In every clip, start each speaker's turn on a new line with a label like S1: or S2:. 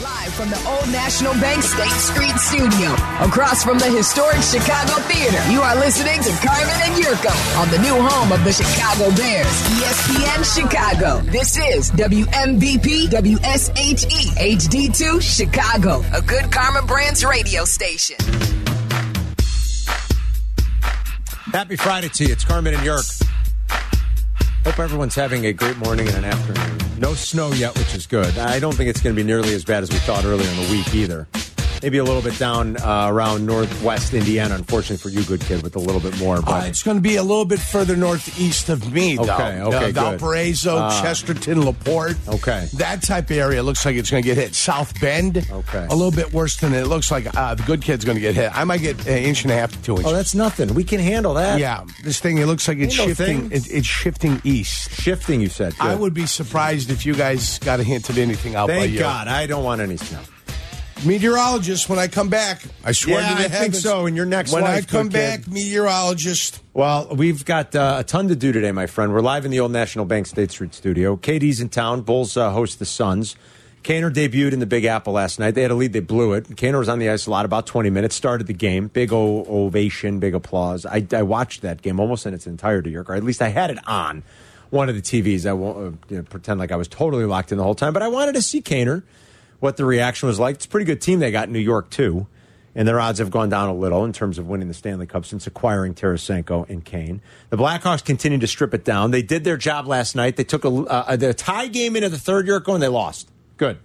S1: Live from the Old National Bank State Street Studio, across from the historic Chicago Theater, you are listening to Carmen and Yurko on the new home of the Chicago Bears, E ESPN Chicago. This is WMVP WSHE HD2 Chicago, a good Karma Brands radio station.
S2: Happy Friday to you. It's Carmen and Yerk. Hope everyone's having a great morning and an afternoon. No snow yet, which is good. I don't think it's going to be nearly as bad as we thought earlier in the week either. Maybe a little bit down uh, around northwest Indiana, unfortunately for you, good kid, with a little bit more. But
S3: Uh, it's going to be a little bit further northeast of me, though.
S2: Okay, okay,
S3: Uh,
S2: good. Uh,
S3: Valparaiso, Chesterton, Laporte.
S2: Okay.
S3: That type of area looks like it's going to get hit. South Bend.
S2: Okay.
S3: A little bit worse than it looks like. Uh, the good kid's going to get hit. I might get an inch and a half to two inches.
S2: oh, that's nothing. We can handle that.
S3: yeah, this thing it looks like it's
S2: Ain't no
S3: shifting.
S2: thing.
S3: it, it's shifting east.
S2: Shifting, you said.
S3: I
S2: Good.
S3: would be surprised if you guys got a hint of anything out by
S2: Thank
S3: you.
S2: God. I don't want any snow.
S3: Meteorologist, when I come back, I swear
S2: Yeah,
S3: to the
S2: I think
S3: heavens,
S2: so, in your next
S3: when
S2: life,
S3: I come
S2: good
S3: back,
S2: kid.
S3: meteorologist.
S2: Well, we've got uh, a ton to do today, my friend. We're live in the old National Bank State Street studio. KD's in town. Bulls uh, host the Suns. Kaner debuted in the Big Apple last night. They had a lead, they blew it. Kaner was on the ice a lot, about 20 minutes, started the game. Big o- ovation, big applause. I, I watched that game almost in its entirety, York, or at least I had it on one of the TVs. I won't uh, you know, pretend like I was totally locked in the whole time, but I wanted to see Kaner, what the reaction was like. It's a pretty good team they got in New York, too and their odds have gone down a little in terms of winning the Stanley Cup since acquiring Tarasenko and Kane. The Blackhawks continue to strip it down. They did their job last night. They took a, uh, a tie game into the third year and they lost. Good.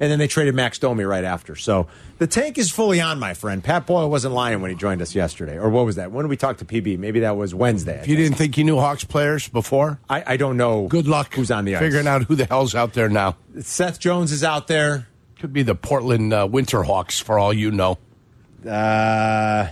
S2: And then they traded Max Domi right after. So the tank is fully on, my friend. Pat Boyle wasn't lying when he joined us yesterday. Or what was that? When did we talk to PB? Maybe that was Wednesday. I
S3: If you
S2: think.
S3: didn't think you knew Hawks players before,
S2: I, I don't know.
S3: Good luck.
S2: Who's on the ice?
S3: Figuring out who the hell's out there now.
S2: Seth Jones is out there.
S3: Could be the Portland uh, Winterhawks, for all you know.
S2: Uh,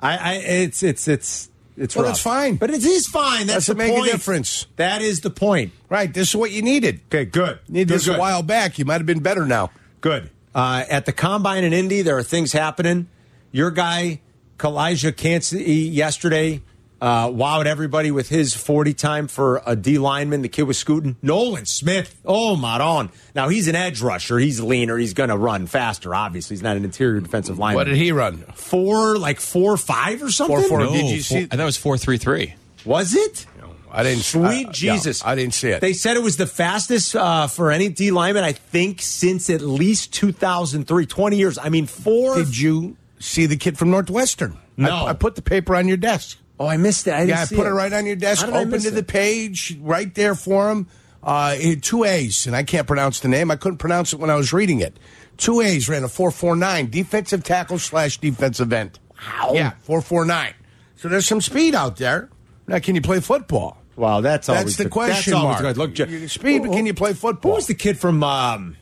S2: I, I it's it's it's it's
S3: Well,
S2: rough.
S3: that's fine.
S2: but it is fine. That's
S3: Doesn't
S2: the
S3: make a
S2: point.
S3: difference.
S2: That is the point.
S3: Right. This is what you needed.
S2: Okay, good.
S3: Needed
S2: Good,
S3: this
S2: good.
S3: a while back. You might have been better now.
S2: Good. Uh, at the combine in Indy, there are things happening. Your guy, Kalijah Cansey, yesterday uh, wowed everybody with his 40 time for a D lineman. The kid was scooting. Nolan Smith. Oh, Maron. Now, he's an edge rusher. He's leaner. He's going to run faster, obviously. He's not an interior defensive lineman.
S3: What did he run?
S2: Four, like four, five or something?
S3: Four, four.
S4: No,
S3: Did you see-
S4: Oh, four- I thought it was four three three.
S2: Was it?
S3: I didn't.
S2: Sweet
S3: I-
S2: Jesus.
S3: yeah, I didn't see it.
S2: They said it was the fastest uh, for any D lineman, I think, since at least 2003. 20 years. I mean, four.
S3: Did you see the kid from Northwestern?
S2: No.
S3: I, I put the paper on your desk.
S2: oh, I missed it. I didn't
S3: Yeah, I
S2: see
S3: put it right on your desk.
S2: How did I
S3: Open
S2: miss
S3: to the
S2: it?
S3: page, right there for him. Uh, it had two A's, and I can't pronounce the name. I couldn't pronounce it when I was reading it. Two A's ran a four four nine defensive tackle slash defensive end. Wow. Yeah, four four nine. So there's some speed out there. Now, can you play football?
S2: Wow, that's
S3: That's
S2: always
S3: the question
S2: That's always
S3: mark.
S2: good. Look, Jeff-
S3: You can speed, but can you play football?
S2: Who was the kid from? Um,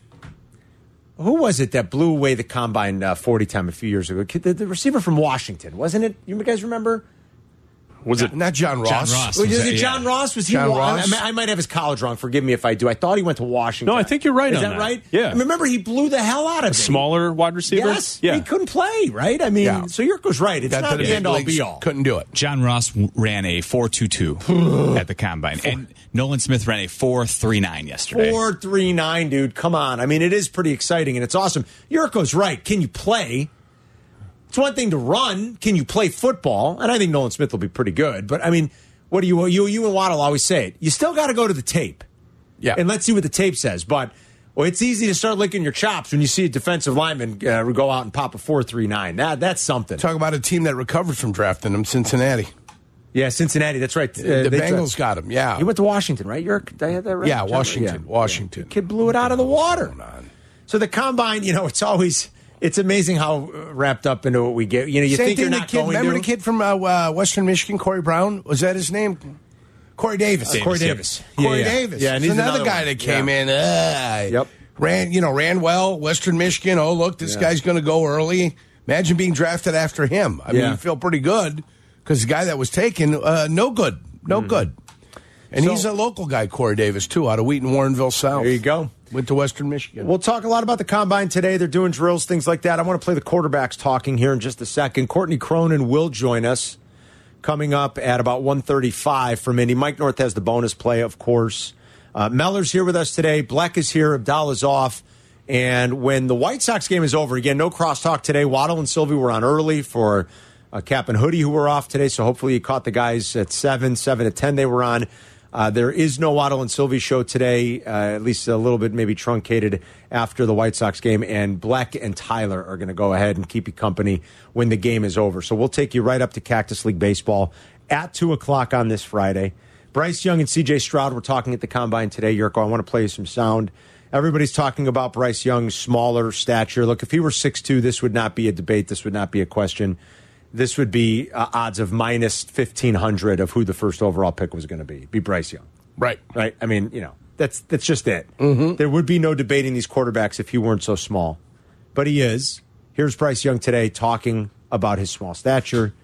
S2: who was it that blew away the combine uh, forty time a few years ago? Kid- The, the receiver from Washington, wasn't it? You guys remember?
S5: Was it?
S3: Not John Ross.
S4: Ross.
S2: Was
S4: Was
S2: it
S4: that-
S2: John
S4: yeah.
S2: Ross? Was he?
S3: John
S2: Wa- I-
S3: Ross?
S2: I, I might have his college wrong. Forgive me if I do. I thought he went to Washington.
S5: No, I think you're right
S2: Is
S5: on
S2: that,
S5: that.
S2: right?
S5: Yeah.
S2: I remember, he blew the hell out of it.
S5: Smaller wide receiver?
S2: Yes.
S5: Yeah.
S2: He couldn't play. Right. I mean,
S3: Yeah.
S2: so Yurko's right. It's
S3: Got to
S2: not
S3: the
S2: the
S3: big
S2: end all
S3: leagues,
S2: be all.
S3: Couldn't do it.
S4: John Ross w- ran a four two two at the combine, and Nolan Smith ran a four three nine yesterday.
S2: Four three nine, dude. Come on. I mean, it is pretty exciting and it's awesome. Yurko's right. Can you play? It's one thing to run. Can you play football? And I think Nolan Smith will be pretty good. But I mean, what do you you you and Waddle always say? It. You still got to go to the tape.
S3: Yeah.
S2: And let's see what the tape says. But well, it's easy to start licking your chops when you see a defensive lineman uh, go out and pop a four three nine. That that's something.
S3: Talk about a team that recovered from drafting them, Cincinnati.
S2: Yeah, Cincinnati. That's right. Uh,
S3: the
S2: they-
S3: Bengals got him. Yeah.
S2: He went to Washington, right? York. Did I have that right?
S3: Yeah, Washington, Washington.
S2: Kid blew it out of the water.
S3: Going on.
S2: So the combine, you know, it's always it's amazing how uh, wrapped up into what we get. You know, you
S3: Same
S2: think
S3: thing.
S2: you're
S3: the
S2: not
S3: kid,
S2: going
S3: remember
S2: to
S3: the kid from uh, uh, Western Michigan, Corey Brown? Was that his name? Corey Davis.
S4: Davis,
S2: Uh, Corey
S4: yeah.
S2: Davis.
S3: Corey
S2: yeah, yeah.
S3: Davis.
S2: Yeah, and
S3: It's
S2: he's
S3: another, guy
S2: one.
S3: that came
S2: Yeah.
S3: in. Uh,
S2: Yep.
S3: Ran, you know, ran well. Western Michigan. Oh, look, this
S2: Yeah.
S3: guy's going to go early. Imagine being drafted after him. I
S2: Yeah.
S3: mean, you feel pretty good because the guy that was taken, uh, no good, no good. And
S2: Mm-hmm. So-
S3: he's a local guy, Corey Davis, too, out of Wheaton, Warrenville South.
S2: There you go.
S3: Went to Western Michigan.
S2: We'll talk a lot about the combine today. They're doing drills, things like that. I want to play the quarterbacks talking here in just a second. Courtney Cronin will join us coming up at about 1.35 from Indy. Mike North has the bonus play, of course. Uh, Meller's here with us today. Black is here. Abdallah's off. And when the White Sox game is over, again, no crosstalk today. Waddle and Sylvie were on early for uh, Cap and Hoodie, who were off today. So hopefully you caught the guys at 7, 7 to 10 they were on. Uh, there is no Waddle and Sylvie show today, uh, at least a little bit maybe truncated after the White Sox game. And Black and Tyler are going to go ahead and keep you company when the game is over. So we'll take you right up to Cactus League Baseball at 2 o'clock on this Friday. Bryce Young and CJ Stroud were talking at the combine today. Yurko, I want to play you some sound. Everybody's talking about Bryce Young's smaller stature. Look, if he were 6'2, this would not be a debate. This would not be a question. This would be uh, odds of minus 1,500 of who the first overall pick was going to be. Be Bryce Young,
S3: Right.
S2: right? I mean, you know, that's, that's just it. There would be no debating these quarterbacks if he weren't so small. But he is. Here's Bryce Young today talking about his small stature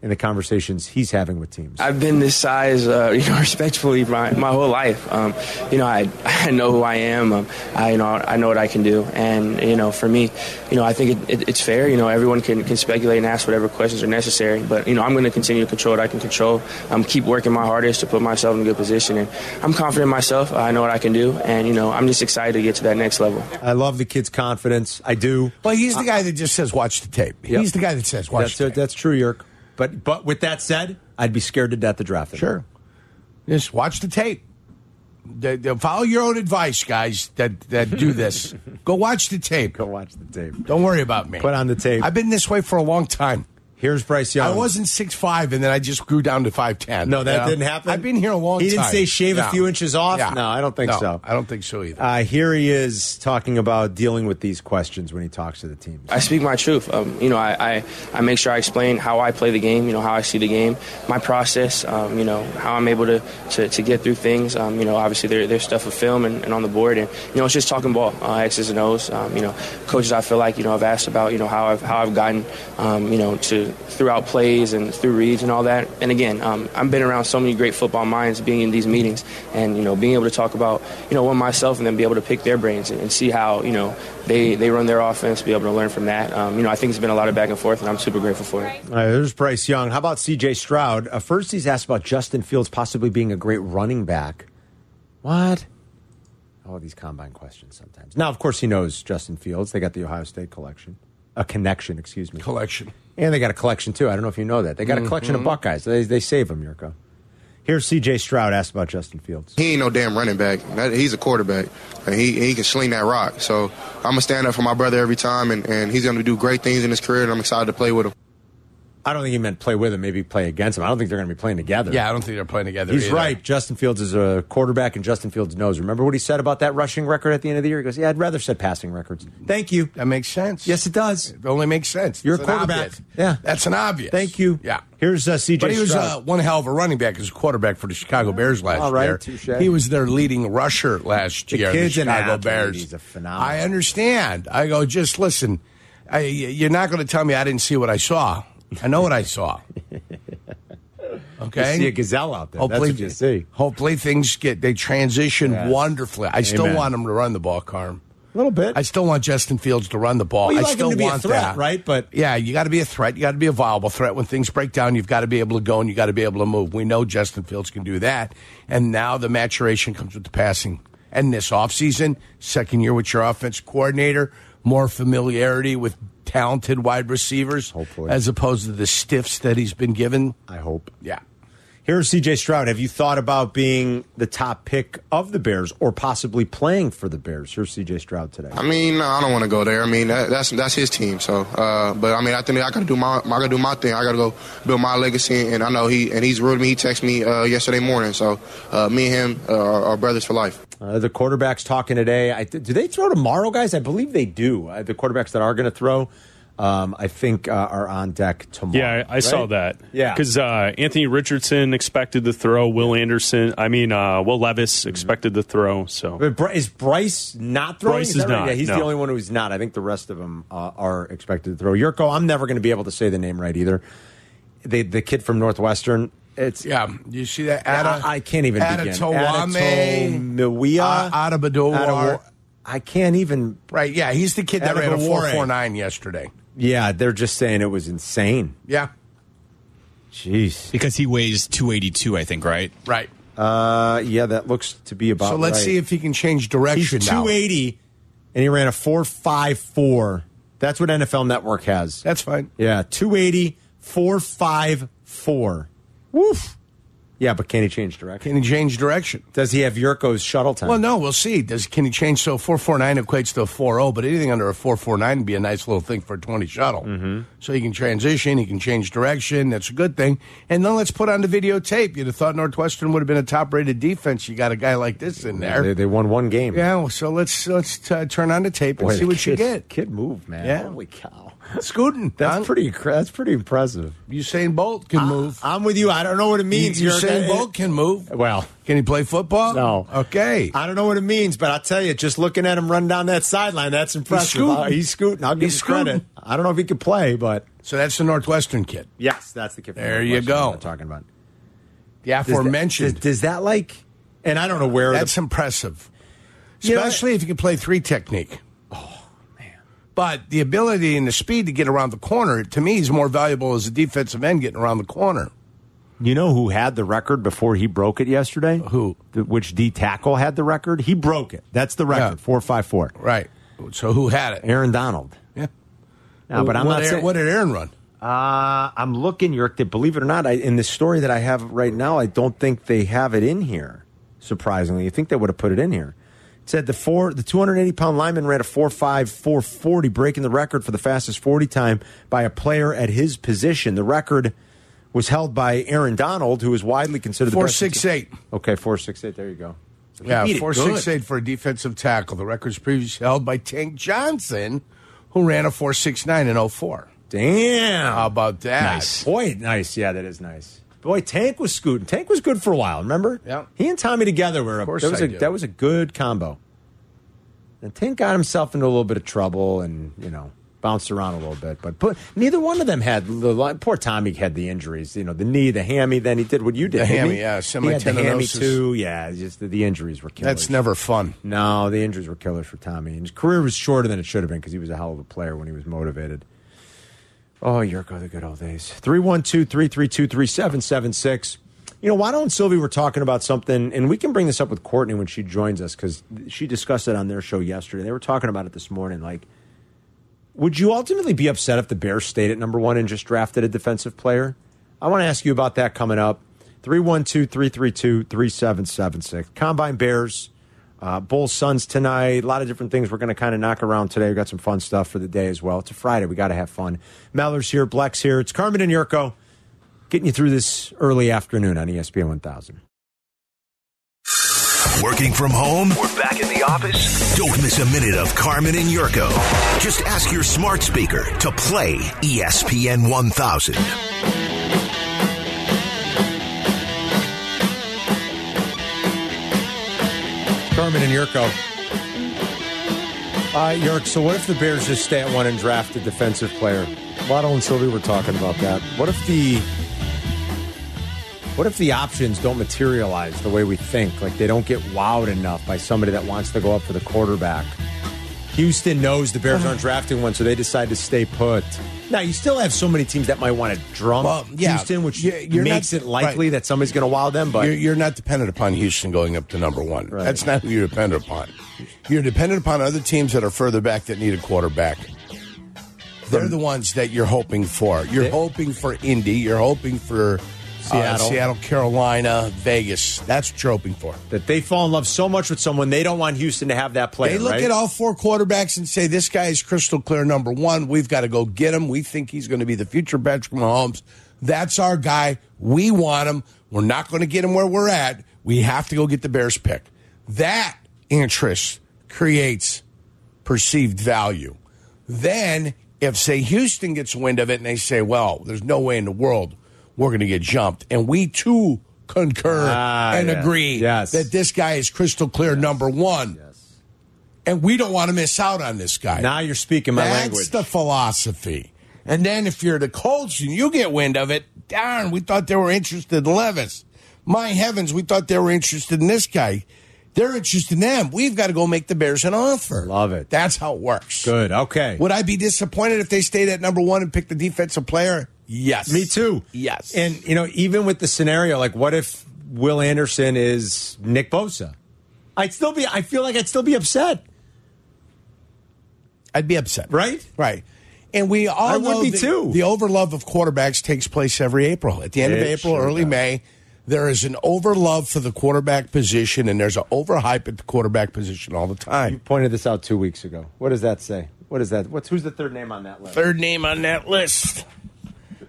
S2: and the conversations he's having with teams.
S6: I've been this size, uh, you know, respectfully my, my whole life. Um, you know, I, I know who I am. Um, I you know I know what I can do, and you know, for me, you know, I think it, it, it's fair. You know, everyone can, can speculate and ask whatever questions are necessary, but you know, I'm going to continue to control what I can control. Um, keep working my hardest to put myself in a good position, and I'm confident in myself. I know what I can do, and you know, I'm just excited to get to that next level.
S2: I love the kid's confidence. I do.
S3: Well, he's the guy that just says, watch the tape.
S2: Yep.
S3: He's the guy that says, watch
S2: That's
S3: the
S2: it.
S3: tape.
S2: That's true, Yerk. But but with that said, I'd be scared to death to draft him.
S3: Sure. Just watch the tape. The- the- follow your own advice, guys. That that do this. Go watch the tape.
S2: Go watch the tape.
S3: Don't worry about me.
S2: Put on the tape.
S3: I've been this way for a long time.
S2: Here's Bryce Young.
S3: I wasn't six five, and then I just grew down to five ten.
S2: No, that didn't happen.
S3: I've been here a long.
S2: He didn't
S3: time.
S2: say shave a
S3: No.
S2: few inches off?
S3: Yeah.
S2: No, I don't think
S3: No,
S2: so.
S3: I don't think so either.
S2: Uh, here he is talking about dealing with these questions when he talks to the teams.
S6: I speak my truth. Um, you know, I, I, I make sure I explain how I play the game, you know, how I see the game, my process, um, you know, how I'm able to, to, to get through things. Um, you know, obviously there, there's stuff with film and, and on the board. And, you know, it's just talking ball, uh, X's and O's. Um, you know, coaches I feel like, you know, have asked about, you know, how I've, how I've gotten, um, you know, to throughout plays and through reads and all that. And again, um, I've been around so many great football minds being in these meetings and, you know, being able to talk about, you know, one myself and then be able to pick their brains and, and see how, you know, they, they run their offense, be able to learn from that. Um, you know, I think it's been a lot of back and forth, and I'm super grateful for it.
S2: All right, there's Bryce Young. How about CJ Stroud? Uh, first, he's asked about Justin Fields possibly being a great running back. What? All these combine questions sometimes. Now, of course, he knows Justin Fields. They got the Ohio State collection, a connection, excuse me.
S3: Collection.
S2: And they got a collection too. I don't know if you know that. They got a collection of Buckeyes. They, they save them, Yurko. Here's CJ Stroud asked about Justin Fields.
S7: He ain't no damn running back. That- He's a quarterback, and he, he can sling that rock. So I'm gonna stand up for my brother every time, and, and he's gonna do great things in his career. And I'm excited to play with him.
S2: I don't think he meant play with him, maybe play against him. I don't think they're going to be playing together.
S3: Yeah, I don't think they're playing together.
S2: He's
S3: either.
S2: right. Justin Fields is a quarterback, and Justin Fields knows. Remember what he said about that rushing record at the end of the year? He goes, Yeah, I'd rather set passing records. Thank you.
S3: That makes sense.
S2: Yes, it does.
S3: It only makes sense.
S2: You're a
S3: That's an
S2: quarterback.
S3: obvious.
S2: Yeah.
S3: That's an obvious.
S2: Thank you.
S3: Yeah.
S2: Here's uh, CJ
S3: But he was uh,
S2: Stroud.
S3: one hell of a running back as a quarterback for the Chicago Bears last
S2: All right,
S3: year.
S2: touche.
S3: He was their leading rusher last
S2: The
S3: year.
S2: kid's
S3: the
S2: an
S3: Chicago
S2: athlete.
S3: Bears.
S2: He's a phenomenal-
S3: I understand. I go, just listen. I, you're not going to tell me I didn't see what I saw. I know what I saw.
S2: You
S3: Okay.
S2: see a gazelle out there. That's what you see.
S3: hopefully things get they transition
S2: Yes.
S3: wonderfully. I still
S2: Amen.
S3: want him to run the ball, Carm.
S2: A little bit.
S3: I still want Justin Fields to run the ball.
S2: Well, you
S3: I
S2: like him
S3: still
S2: to be a
S3: want
S2: threat,
S3: that,
S2: right? But-
S3: yeah, you got to be a threat. You got to be a viable threat. When things break down, you've got to be able to go and you got to be able to move. We know Justin Fields can do that, and now the maturation comes with the passing. And this offseason, second year with your offense coordinator, more familiarity with talented wide receivers,
S2: Hopefully.
S3: as opposed to the stiffs that he's been given.
S2: I hope.
S3: Yeah.
S2: Here's CJ Stroud. Have you thought about being the top pick of the Bears or possibly playing for the Bears? Here's CJ Stroud today.
S7: I mean, no, I don't want to go there. I mean, that, that's that's his team. So, uh, but I mean, I think I gotta do my I gotta do my thing. I gotta go build my legacy. And I know he and he's real to me. He texted me uh, yesterday morning. So, uh, me and him uh, are, are brothers for life.
S2: Uh, the quarterbacks talking today. I, do they throw tomorrow, guys? I believe they do. Uh, the quarterbacks that are going to throw, um, I think, uh, are on deck tomorrow.
S5: Yeah, I, I
S2: right?
S5: saw that.
S2: Yeah.
S5: because uh, Anthony Richardson expected to throw. Will Anderson, I mean, uh, Will Levis expected to throw. So
S2: Mm-hmm. But Bry- is Bryce not throwing?
S5: Bryce is
S2: that right?
S5: not,
S2: Yeah, he's the
S5: no.
S2: only one who's not. I think the rest of them uh, are expected to throw. Yurko, I'm never going to be able to say the name right either. The the kid from Northwestern. It's
S3: Yeah, you see that?
S2: I
S3: Ada-
S2: I can't even begin.
S3: Adatowame.
S2: Adatowamia.
S3: A- Adebadowar.
S2: Adewa- I can't even.
S3: Right, yeah, he's the kid that ran a
S2: Adebawore.
S3: four four nine yesterday.
S2: Yeah, they're just saying it was insane.
S3: Yeah,
S2: Jeez.
S4: because he weighs 282, I think, right?
S3: right.
S2: Uh, yeah, that looks to be about.
S3: so let's
S2: right.
S3: see if he can change direction
S2: he's
S3: now.
S2: 280 and he ran a 4.54. That's what NFL Network has.
S3: That's fine.
S2: Yeah, 280, 454. Woof. Yeah, but can he change direction?
S3: Can he change direction?
S2: Does he have Yurko's shuttle time?
S3: Well, no, we'll see. Does can he change? So four four nine equates to a four zero, but anything under a four four nine would be a nice little thing for a twenty shuttle. Mm-hmm. So he can transition, he can change direction. That's a good thing. And then let's put on the videotape. You'd have thought Northwestern would have been a top rated defense. You got a guy like this in there.
S2: They, they won one game.
S3: yeah. Well, so let's let's uh, turn on the tape and
S2: Boy,
S3: see
S2: the
S3: what you
S2: kid-
S3: get.
S2: Kid move, man.
S3: Yeah.
S2: Holy cow.
S3: Scooting.
S2: That's
S3: huh?
S2: pretty. cra- That's pretty impressive.
S3: Usain Bolt can move.
S2: I'm with you. I don't know what it means. You're-
S3: Usain
S2: it-
S3: Bolt can move.
S2: Well,
S3: Can he play football?
S2: No.
S3: Okay.
S2: I don't know what it means, but I'll tell you, just looking at him run down that sideline, that's impressive.
S3: scooting.
S2: Uh, He's scooting. I'll give
S3: He's
S2: him credit.
S3: scooting.
S2: I don't know if he could play, but
S3: So that's the Northwestern kid,
S2: yes, that's the kid. from
S3: There you
S2: Northwestern
S3: go.
S2: that I'm talking about.
S3: the aforementioned.
S2: Does, does that like? And I don't know where
S3: That's
S2: the,
S3: impressive,
S2: You know,
S3: especially if you can play three technique. Oh man! But the ability and the speed to get around the corner to me is more valuable as a defensive end getting around the corner.
S2: you know who had the record before he broke it yesterday.
S3: Who?
S2: The- which D tackle had the record? He broke it. That's the record.
S3: Yeah.
S2: Four five four.
S3: Right. So who had it?
S2: Aaron Donald.
S3: Yeah.
S2: No, but I'm
S3: what
S2: not
S3: Aaron,
S2: saying.
S3: what did Aaron run?
S2: Uh, I'm looking, York. That believe it or not, I, in the story that I have right now, I don't think they have it in here. Surprisingly, you think they would have put it in here. It said the four, the 280 pound lineman ran a 4.5, 440, breaking the record for the fastest 40 time by a player at his position. The record was held by Aaron Donald, who is widely considered the
S3: Four
S2: best-
S3: six eight.
S2: Okay, four six eight. There you go.
S3: Yeah,
S2: beat it
S3: four
S2: good.
S3: six eight for a defensive tackle. The record's previously held by Tank Johnson, who ran a four six nine in 04.
S2: Damn.
S3: How about that?
S4: Nice.
S2: Boy, nice. Yeah, that is nice. Boy, Tank was scooting. Tank was good for a while. Remember?
S3: Yeah.
S2: He and Tommy together were. Of
S3: course
S2: that was
S3: I
S2: a
S3: do.
S2: that was a good combo. And Tank got himself into a little bit of trouble, and you know bounced around a little bit. But, but neither one of them had the li- poor Tommy had the injuries. You know the knee, the hammy. Then he did what you did.
S3: The
S2: didn't
S3: hammy,
S2: he?
S3: yeah,
S2: He had the hammy
S3: semitendinosus.
S2: too. Yeah, it's just the, the injuries were killers.
S3: That's never fun.
S2: No, the injuries were killers for Tommy. And his career was shorter than it should have been because he was a hell of a player when he was motivated. Oh, Yurko, the good old days. 312 332 3776. You know, why don't Sylvie were talking about something, and we can bring this up with Courtney when she joins us because she discussed it on their show yesterday. They were talking about it this morning. Like, would you ultimately be upset if the Bears stayed at number one and just drafted a defensive player? I want to ask you about that coming up. 312 332 3776. Combine Bears, uh, Bulls Suns tonight. A lot of different things we're going to kind of knock around today. We've got some fun stuff for the day as well. It's a Friday. we got to have fun. Mallard's here, Black's here. It's Carmen and Yurko getting you through this early afternoon on E ESPN 1000.
S8: Working from home? We're back in the office. Don't miss a minute of Carmen and Yurko. Just ask your smart speaker to play E ESPN 1000.
S2: Carmen and Yurko. Uh, Yurk, so what if the Bears just stay at one and draft a defensive player? Waddle and Sylvie were talking about that. What if the what if the options don't materialize the way we think? Like they don't get wowed enough by somebody that wants to go up for the quarterback. Houston knows the Bears
S3: Uh-huh.
S2: aren't drafting one, so they decide to stay put. Now you still have so many teams that might want to drum
S3: Well, yeah.
S2: Houston, which
S3: Yeah, you're
S2: makes
S3: not-
S2: it likely
S3: right.
S2: that somebody's going to wow them. But
S3: you're, you're not dependent upon Houston going up to number one.
S2: Right.
S3: That's not who you're dependent upon. You're dependent upon other teams that are further back that need a quarterback. They're the ones that you're hoping for. You're hoping for Indy. You're hoping for
S2: Seattle.
S3: uh, Seattle, Carolina, Vegas. That's what you're hoping for.
S2: that they fall in love so much with someone they don't want Houston to have that player.
S3: They look
S2: right?
S3: at all four quarterbacks and say, "This guy is crystal clear number one. We've got to go get him. We think he's going to be the future Patrick Mahomes. That's our guy. We want him. We're not going to get him where we're at. We have to go get the Bears pick. That interest creates perceived value. Then, if say Houston gets wind of it and they say, "Well, there's no way in the world we're going to get jumped," and we too concur
S2: Ah,
S3: and
S2: yes.
S3: agree
S2: Yes.
S3: that this guy is crystal clear number one and we don't want to miss out on this guy.
S2: Now you're speaking my
S3: That's
S2: language.
S3: the philosophy. And then if you're the Colts and you get wind of it, darn, we thought they were interested in Levis. My heavens, we thought they were interested in this guy. They're interested in them. We've got to go make the Bears an offer.
S2: Love it.
S3: That's how it works.
S2: Good. Okay.
S3: Would I be disappointed if they stayed at number one and picked the defensive player? Yes.
S2: Me too.
S3: Yes.
S2: And you know, even with the scenario, like, what if Will Anderson is Nick Bosa? I'd still be. I feel like I'd still be upset.
S3: I'd be upset.
S2: Right?
S3: Right. And we all
S2: I would
S3: know
S2: be
S3: that
S2: too.
S3: The overlove of quarterbacks takes place every April. At the end of
S2: It
S3: April,
S2: sure
S3: early
S2: does.
S3: May, there is an overlove for the quarterback position, and there's an overhype at the quarterback position all the
S2: You
S3: time.
S2: pointed this out two weeks ago. What does that say? What is that? What's who's the third name on that list?
S3: Third name on that list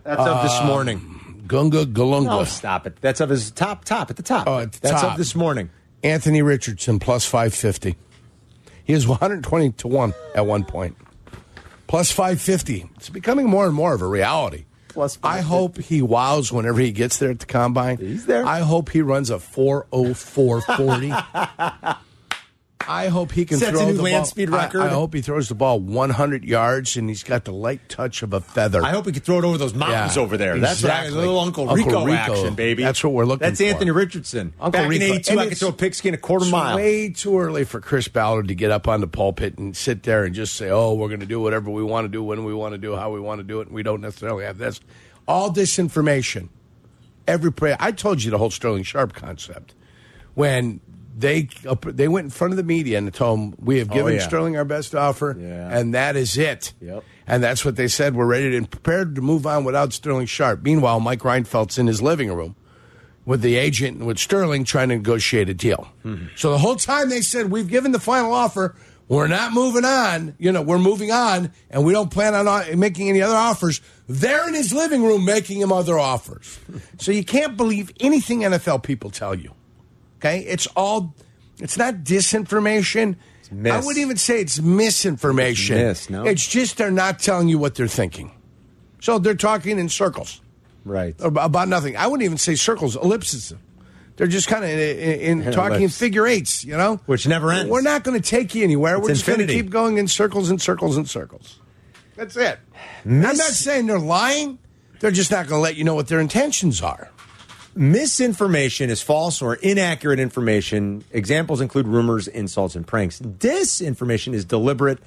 S2: That's of this morning.
S3: Gunga
S2: Oh,
S3: Galunga.
S2: stop it. That's of his top top at the top.
S3: Oh, at the
S2: That's
S3: top.
S2: of this morning.
S3: Anthony Richardson plus 550. He was 120 to 1 at one point. Plus 550. It's becoming more and more of a reality.
S2: Plus
S3: I
S2: 550.
S3: hope he wows whenever he gets there at the combine.
S2: He's there.
S3: I hope he runs a 40440. I hope he can
S2: Sets a
S3: throw
S2: new
S3: the
S2: land
S3: ball.
S2: speed
S3: I-
S2: record.
S3: I, hope he throws the ball 100 yards and he's got the light touch of a feather.
S2: I hope he could throw it over those mountains
S3: Yeah,
S2: over there. That's what I-
S3: exactly.
S2: little Uncle
S3: Uncle
S2: Rico,
S3: Rico.
S2: action, baby.
S3: That's what we're looking
S2: That's
S3: for.
S2: Anthony Richardson.
S3: Uncle
S2: Back
S3: Rico.
S2: in 82,
S3: And
S2: I could
S3: it's-
S2: throw a pigskin a quarter
S3: it's
S2: mile.
S3: Way too early for Chris Ballard to get up on the pulpit and sit there and just say, "Oh, we're going to do whatever we want to do, when we want to do, how we want to do it, and we don't necessarily have this." All this information, every prayer. I told you the whole Sterling Sharp concept when they they went in front of the media and told them, "We have given
S2: Oh, yeah.
S3: Sterling our best offer,
S2: Yeah.
S3: and that is it."
S2: Yep.
S3: And that's what they said. We're ready and prepared to move on without Sterling Sharp. Meanwhile, Mike Reinfeldt's in his living room with the agent and with Sterling trying to negotiate a deal.
S2: Hmm.
S3: So the whole time they said, We've given the final offer. We're not moving on. You know, we're moving on and we don't plan on o- making any other offers. They're in his living room making him other offers. so you can't believe anything NFL people tell you. Okay? It's all, it's not disinformation.
S2: mis-
S3: I wouldn't even say it's misinformation.
S2: It's mis, no.
S3: It's just they're not telling you what they're thinking. So they're talking in circles
S2: Right.
S3: ab- about nothing. I wouldn't even say circles, ellipses. They're just kind of in, in, in talking in
S2: Ellipse.
S3: figure eights, you know,
S2: Which never ends.
S3: We're not going to take you anywhere.
S2: It's
S3: We're just going to
S2: infinity.
S3: keep going in circles and circles and circles. That's it. I'm not saying they're lying. They're just not going to let you know what their intentions are.
S2: Misinformation is false or inaccurate information. Examples include rumors, insults, and pranks. Disinformation is deliberate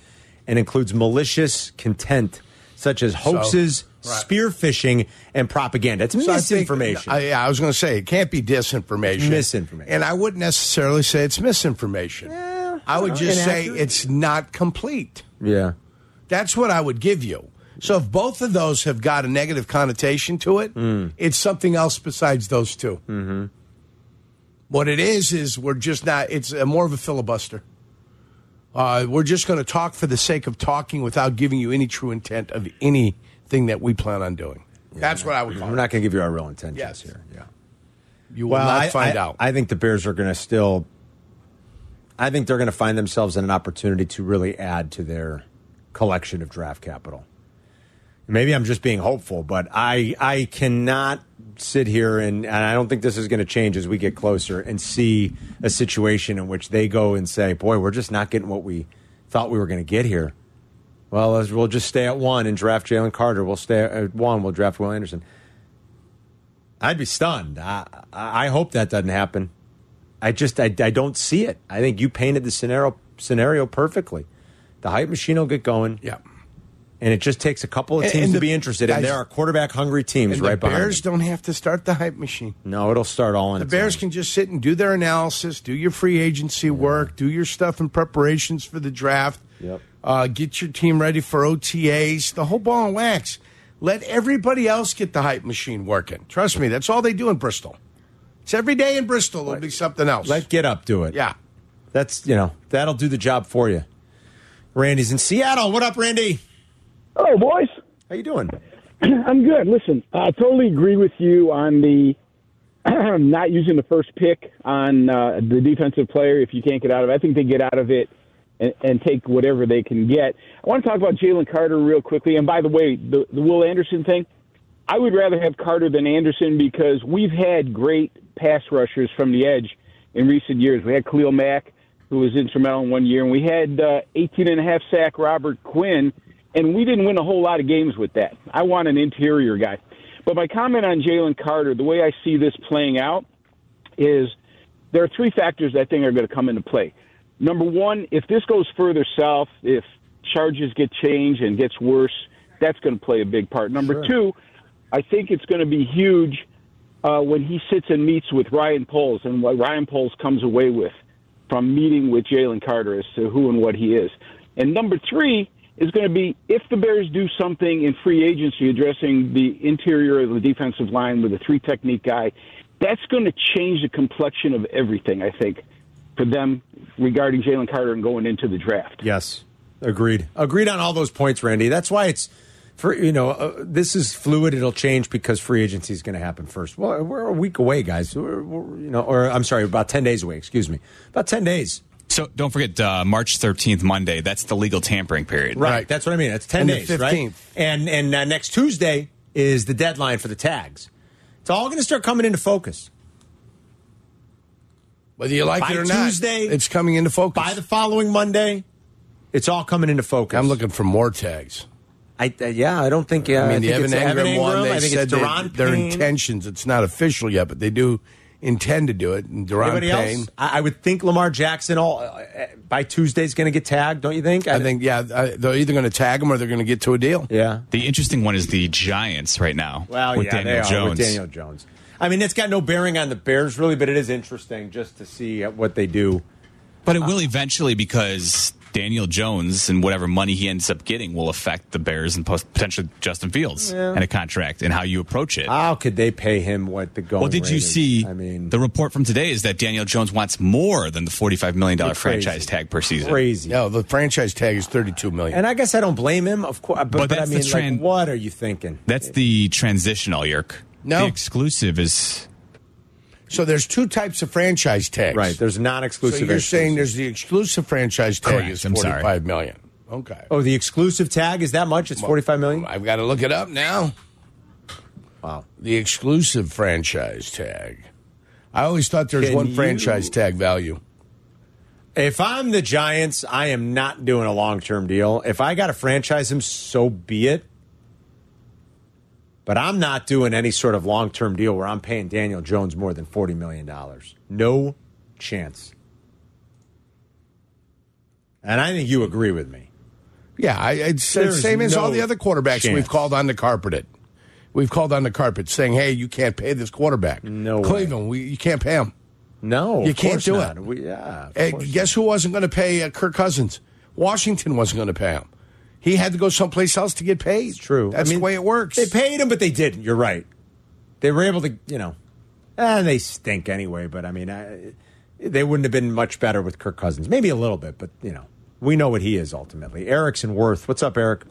S2: and includes malicious content, such as hoaxes,
S3: right.
S2: spear fishing, and propaganda. It's
S3: So I think-
S2: misinformation.
S3: I- yeah, I was going to say it can't be disinformation.
S2: Misinformation.
S3: And I wouldn't necessarily say it's misinformation. I would
S2: know,
S3: just
S2: inaccurate.
S3: say it's not complete.
S2: yeah.
S3: That's what I would give you. So if both of those have got a negative connotation to it,
S2: Mm.
S3: it's something else besides those 2 Mm-hmm. What it is is we're just not. It's a, more of a filibuster. Uh, we're just going to talk for the sake of talking without giving you any true intent of anything that we plan on doing. That's what I would. Call
S2: I'm
S3: it.
S2: not going to give you our real intentions
S3: Yes.
S2: here. Yeah.
S3: You will not
S2: I,
S3: find
S2: I-
S3: out.
S2: I think the Bears are going to still. I think they're going to find themselves in an opportunity to really add to their collection of draft capital. Maybe I'm just being hopeful, but I I cannot sit here and, and I don't think this is going to change as we get closer and see a situation in which they go and say, "Boy, we're just not getting what we thought we were going to get here." Well, let's- we'll just stay at one and draft Jalen Carter. We'll stay at one. We'll draft Will Anderson. I'd be stunned. I, I I hope that doesn't happen. I just I, I don't see it. I think you painted the scenario scenario perfectly. The hype machine will get going,
S3: yeah.
S2: and it just takes a couple of
S3: And-
S2: teams
S3: and
S2: to
S3: the-
S2: be interested. And
S3: guys-
S2: there are quarterback hungry teams
S3: And
S2: right
S3: the
S2: behind.
S3: Bears
S2: them.
S3: don't have to start the hype machine.
S2: No, it'll start all in.
S3: The
S2: its
S3: Bears
S2: own.
S3: can just sit and do their analysis, do your free agency work, do your stuff in preparations for the draft.
S2: Yep.
S3: Uh, get your team ready for OTAs, the whole ball and wax. Let everybody else get the hype machine working. Trust me, that's all they do in Bristol. It's every day in Bristol. There'll be something else.
S2: let get up, do it.
S3: yeah.
S2: that's you know that'll do the job for you. Randy's in Seattle. What up, Randy?
S9: Hello, boys.
S2: How you doing?
S9: I'm good. Listen, I totally agree with you on the not using the first pick on uh, the defensive player if you can't get out of it. I think they get out of it and, and take whatever they can get. I want to talk about Jalen Carter real quickly. And by the way, the, the Will Anderson thing, I would rather have Carter than Anderson because we've had great pass rushers from the edge in recent years. We had Khalil Mack, who was instrumental in one year, and we had uh, 18 and a half sack Robert Quinn, and we didn't win a whole lot of games with that. I want an interior guy. But my comment on Jalen Carter, the way I see this playing out is there are three factors that I think are going to come into play. Number one, if this goes further south, if charges get changed and gets worse, that's going to play a big part. Number two, I think it's going to be huge uh, when he sits and meets with Ryan Poles and what Ryan Poles comes away with from meeting with Jalen Carter as to who and what he is. And number three, is going to be if the Bears do something in free agency addressing the interior of the defensive line with a three technique guy, that's going to change the complexion of everything, I think, for them regarding Jalen Carter and going into the draft.
S2: Yes, agreed. Agreed on all those points, Randy. That's why it's for you know uh, this is fluid. It'll change because free agency is going to happen first. Well, we're a week away, guys. We're, we're, you know, or I'm sorry, about ten days away. Excuse me, about ten days.
S4: So don't forget uh, March 13th, Monday. That's the legal tampering period.
S2: Right. That's what I mean. That's 10
S3: And the
S2: days, right?
S3: 15th.
S2: And and uh, next Tuesday is the deadline for the tags. It's all going to start coming into focus.
S3: Whether you like
S2: By
S3: it or not,
S2: Tuesday-
S3: it's coming into focus.
S2: By the following Monday, it's all coming into focus.
S3: I'm looking for more tags.
S2: I, uh, yeah, I don't think. Uh,
S3: I mean, the Evan
S2: think it's
S3: Engram, one,
S2: Ingram.
S3: they
S2: I think
S3: said
S2: it's Deron
S3: their
S2: Payne.
S3: intentions. It's not official yet, but they do intend to do it. And Deron
S2: Anybody
S3: Payne.
S2: else? I, I would think Lamar Jackson all uh, uh, by Tuesday's going to get tagged, don't you think?
S3: I think, yeah, I, they're either going to tag him or they're going to get to a deal.
S2: Yeah.
S4: The interesting one is the Giants right now.
S2: Well,
S4: with
S2: yeah,
S4: Daniel
S2: they are
S4: Jones.
S2: with Daniel Jones. I mean, it's got no bearing on the Bears really, but it is interesting just to see uh, what they do.
S4: But it will eventually because Daniel Jones and whatever money he ends up getting will affect the Bears and post- potentially Justin Fields and a contract and how you approach it.
S2: How could they pay him what the going?
S4: well, did
S2: rate
S4: you
S2: is?
S4: see?
S2: I mean,
S4: the report from today is that Daniel Jones wants more than the forty-five million dollar
S2: crazy.
S4: franchise tag per season.
S2: crazy.
S3: No, the franchise tag is 32 million.
S2: And I guess I don't blame him, of course. But, but, I
S4: that's the
S2: mean,
S4: trend.
S2: like, what are you thinking?
S4: That's the transitional Yerk.
S3: No.
S4: the exclusive is
S3: so there's two types of franchise tags.
S2: Right. There's non-exclusive.
S3: So you're
S2: exclusive.
S3: saying there's the exclusive franchise tag
S4: Correct,
S3: is
S4: I'm sorry.
S3: forty-five million. Okay.
S2: oh, the exclusive tag is that much? It's forty-five million.
S3: I've got to look it up now.
S2: Wow.
S3: The exclusive franchise tag. I always thought there's
S2: Can
S3: one
S2: you-
S3: franchise tag value.
S2: If I'm the Giants, I am not doing a long-term deal. If I got to franchise him, so be it. But I'm not doing any sort of long-term deal where I'm paying Daniel Jones more than forty million dollars. No chance. And I think you agree with me.
S3: Yeah, I, it's the
S2: There's
S3: same as all
S2: no
S3: the other quarterbacks
S2: chance.
S3: we've called on the carpet. It. We've called on the carpet saying, "Hey, you can't pay this quarterback."
S2: No way.
S3: Cleveland, we, you can't pay him.
S2: No,
S3: You
S2: of
S3: can't
S2: course
S3: do
S2: not.
S3: it.
S2: We, yeah, of
S3: Hey,
S2: course
S3: guess who wasn't going to pay uh, Kirk Cousins? Washington wasn't going to pay him. He had to go someplace else to get paid.
S2: True.
S3: That's
S2: I mean,
S3: the way it works.
S2: They paid him, but they didn't. You're right. They were able to, you know, and they stink anyway. But I mean, I, they wouldn't have been much better with Kirk Cousins. Maybe a little bit, but you know, we know what he is ultimately. Erickson Worth. What's up, Eric?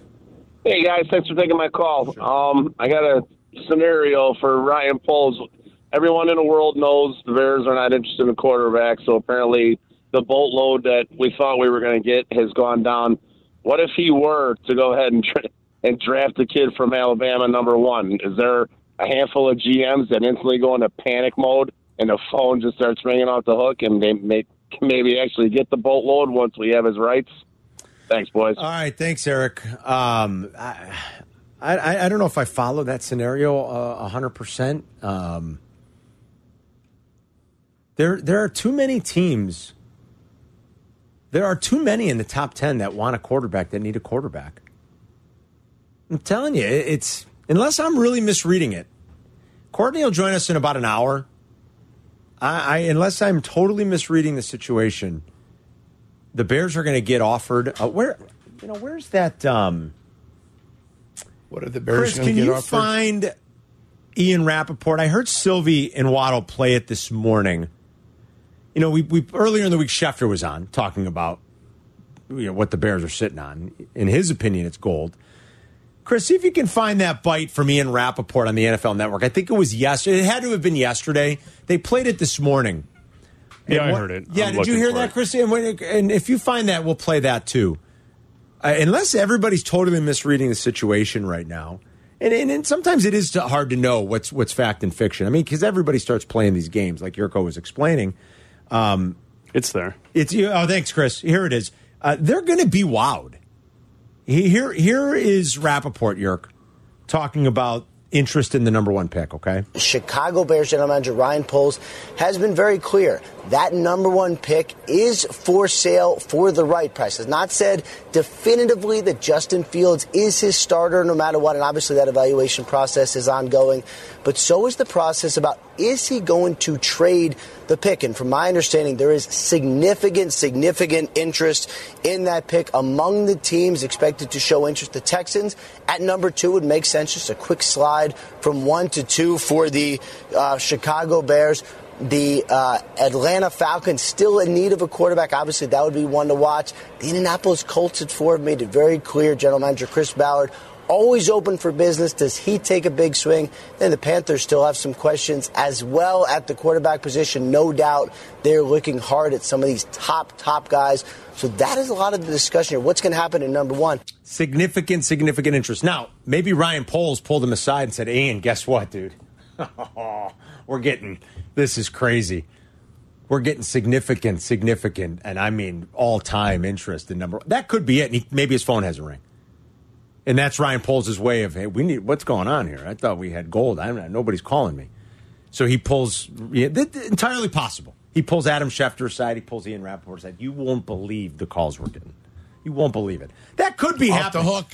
S10: Hey guys, thanks for taking my call. Um, I got a scenario for Ryan Poles. Everyone in the world knows the Bears are not interested in quarterback, so apparently the boatload that we thought we were going to get has gone down. What if he were to go ahead and tra- and draft a kid from Alabama, number one? Is there a handful of GMs that instantly go into panic mode and the phone just starts ringing off the hook, and they may maybe actually get the boatload once we have his rights? Thanks, boys.
S2: All right, thanks, Eric. Um, I, I I don't know if I follow that scenario uh, a hundred percent. Um, there there are too many teams. There are too many in the top ten that want a quarterback that need a quarterback. I'm telling you, it- it's unless I'm really misreading it. Courtney will join us in about an hour. I, I unless I'm totally misreading the situation the Bears are going to get offered. Uh, where, you know, where's that? Um,
S3: what are the Bears
S2: Chris,
S3: going to
S2: can
S3: get
S2: you
S3: offered?
S2: find Ian Rappaport? I heard Sylvie and Waddle play it this morning. You know, we, we earlier in the week, Schefter was on talking about you know, what the Bears are sitting on. In his opinion, it's gold. Chris, see if you can find that bite from Ian Rappaport on the NFL Network. I think it was yesterday. It had to have been yesterday. They played it this morning.
S5: Yeah,
S2: And
S5: I
S2: what-
S5: heard it.
S2: Yeah,
S5: I'm
S2: did you
S5: looking
S2: hear
S5: for
S2: that,
S5: it.
S2: Chris? And, when, and if you find that, we'll play that too. Uh, unless everybody's totally misreading the situation right now, and, and, and sometimes it is to- hard to know what's what's fact and fiction. I mean, because everybody starts playing these games, like Yurko was explaining.
S5: It's there.
S2: It's you- oh, thanks, Chris. Here it is. Uh, they're going to be wowed. He- Here, here is Rappaport Yerk talking about interest in the number one pick. Okay,
S11: Chicago Bears general manager Ryan Poles has been very clear That number one pick is for sale for the right price. It's not said definitively that Justin Fields is his starter no matter what, and obviously that evaluation process is ongoing, but so is the process about is he going to trade the pick? And from my understanding, there is significant, significant interest in that pick among the teams expected to show interest. The Texans at number two would make sense, just a quick slide from one to two for the uh, Chicago Bears. The uh, Atlanta Falcons still in need of a quarterback. Obviously, that would be one to watch. The Indianapolis Colts at four have made it very clear. General Manager Chris Ballard always open for business. Does he take a big swing? Then the Panthers still have some questions as well at the quarterback position. No doubt they're looking hard at some of these top, top guys. So that is a lot of the discussion here. What's going to happen in number one?
S2: Significant, significant interest. Now, maybe Ryan Poles pulled him aside and said, Ian, guess what, dude? We're getting this is crazy. We're getting significant, significant, and I mean all time interest in number. That could be it. And he, maybe his phone has a ring. And that's Ryan Poles' way of, hey, we need, what's going on here? I thought we had gold. I'm not, nobody's calling me. So he pulls, yeah, th- th- entirely possible. He pulls Adam Schefter aside. He pulls Ian Rappaport aside. You won't believe the calls we're getting. You won't believe it. That could be
S3: Off
S2: happening.
S3: the hook.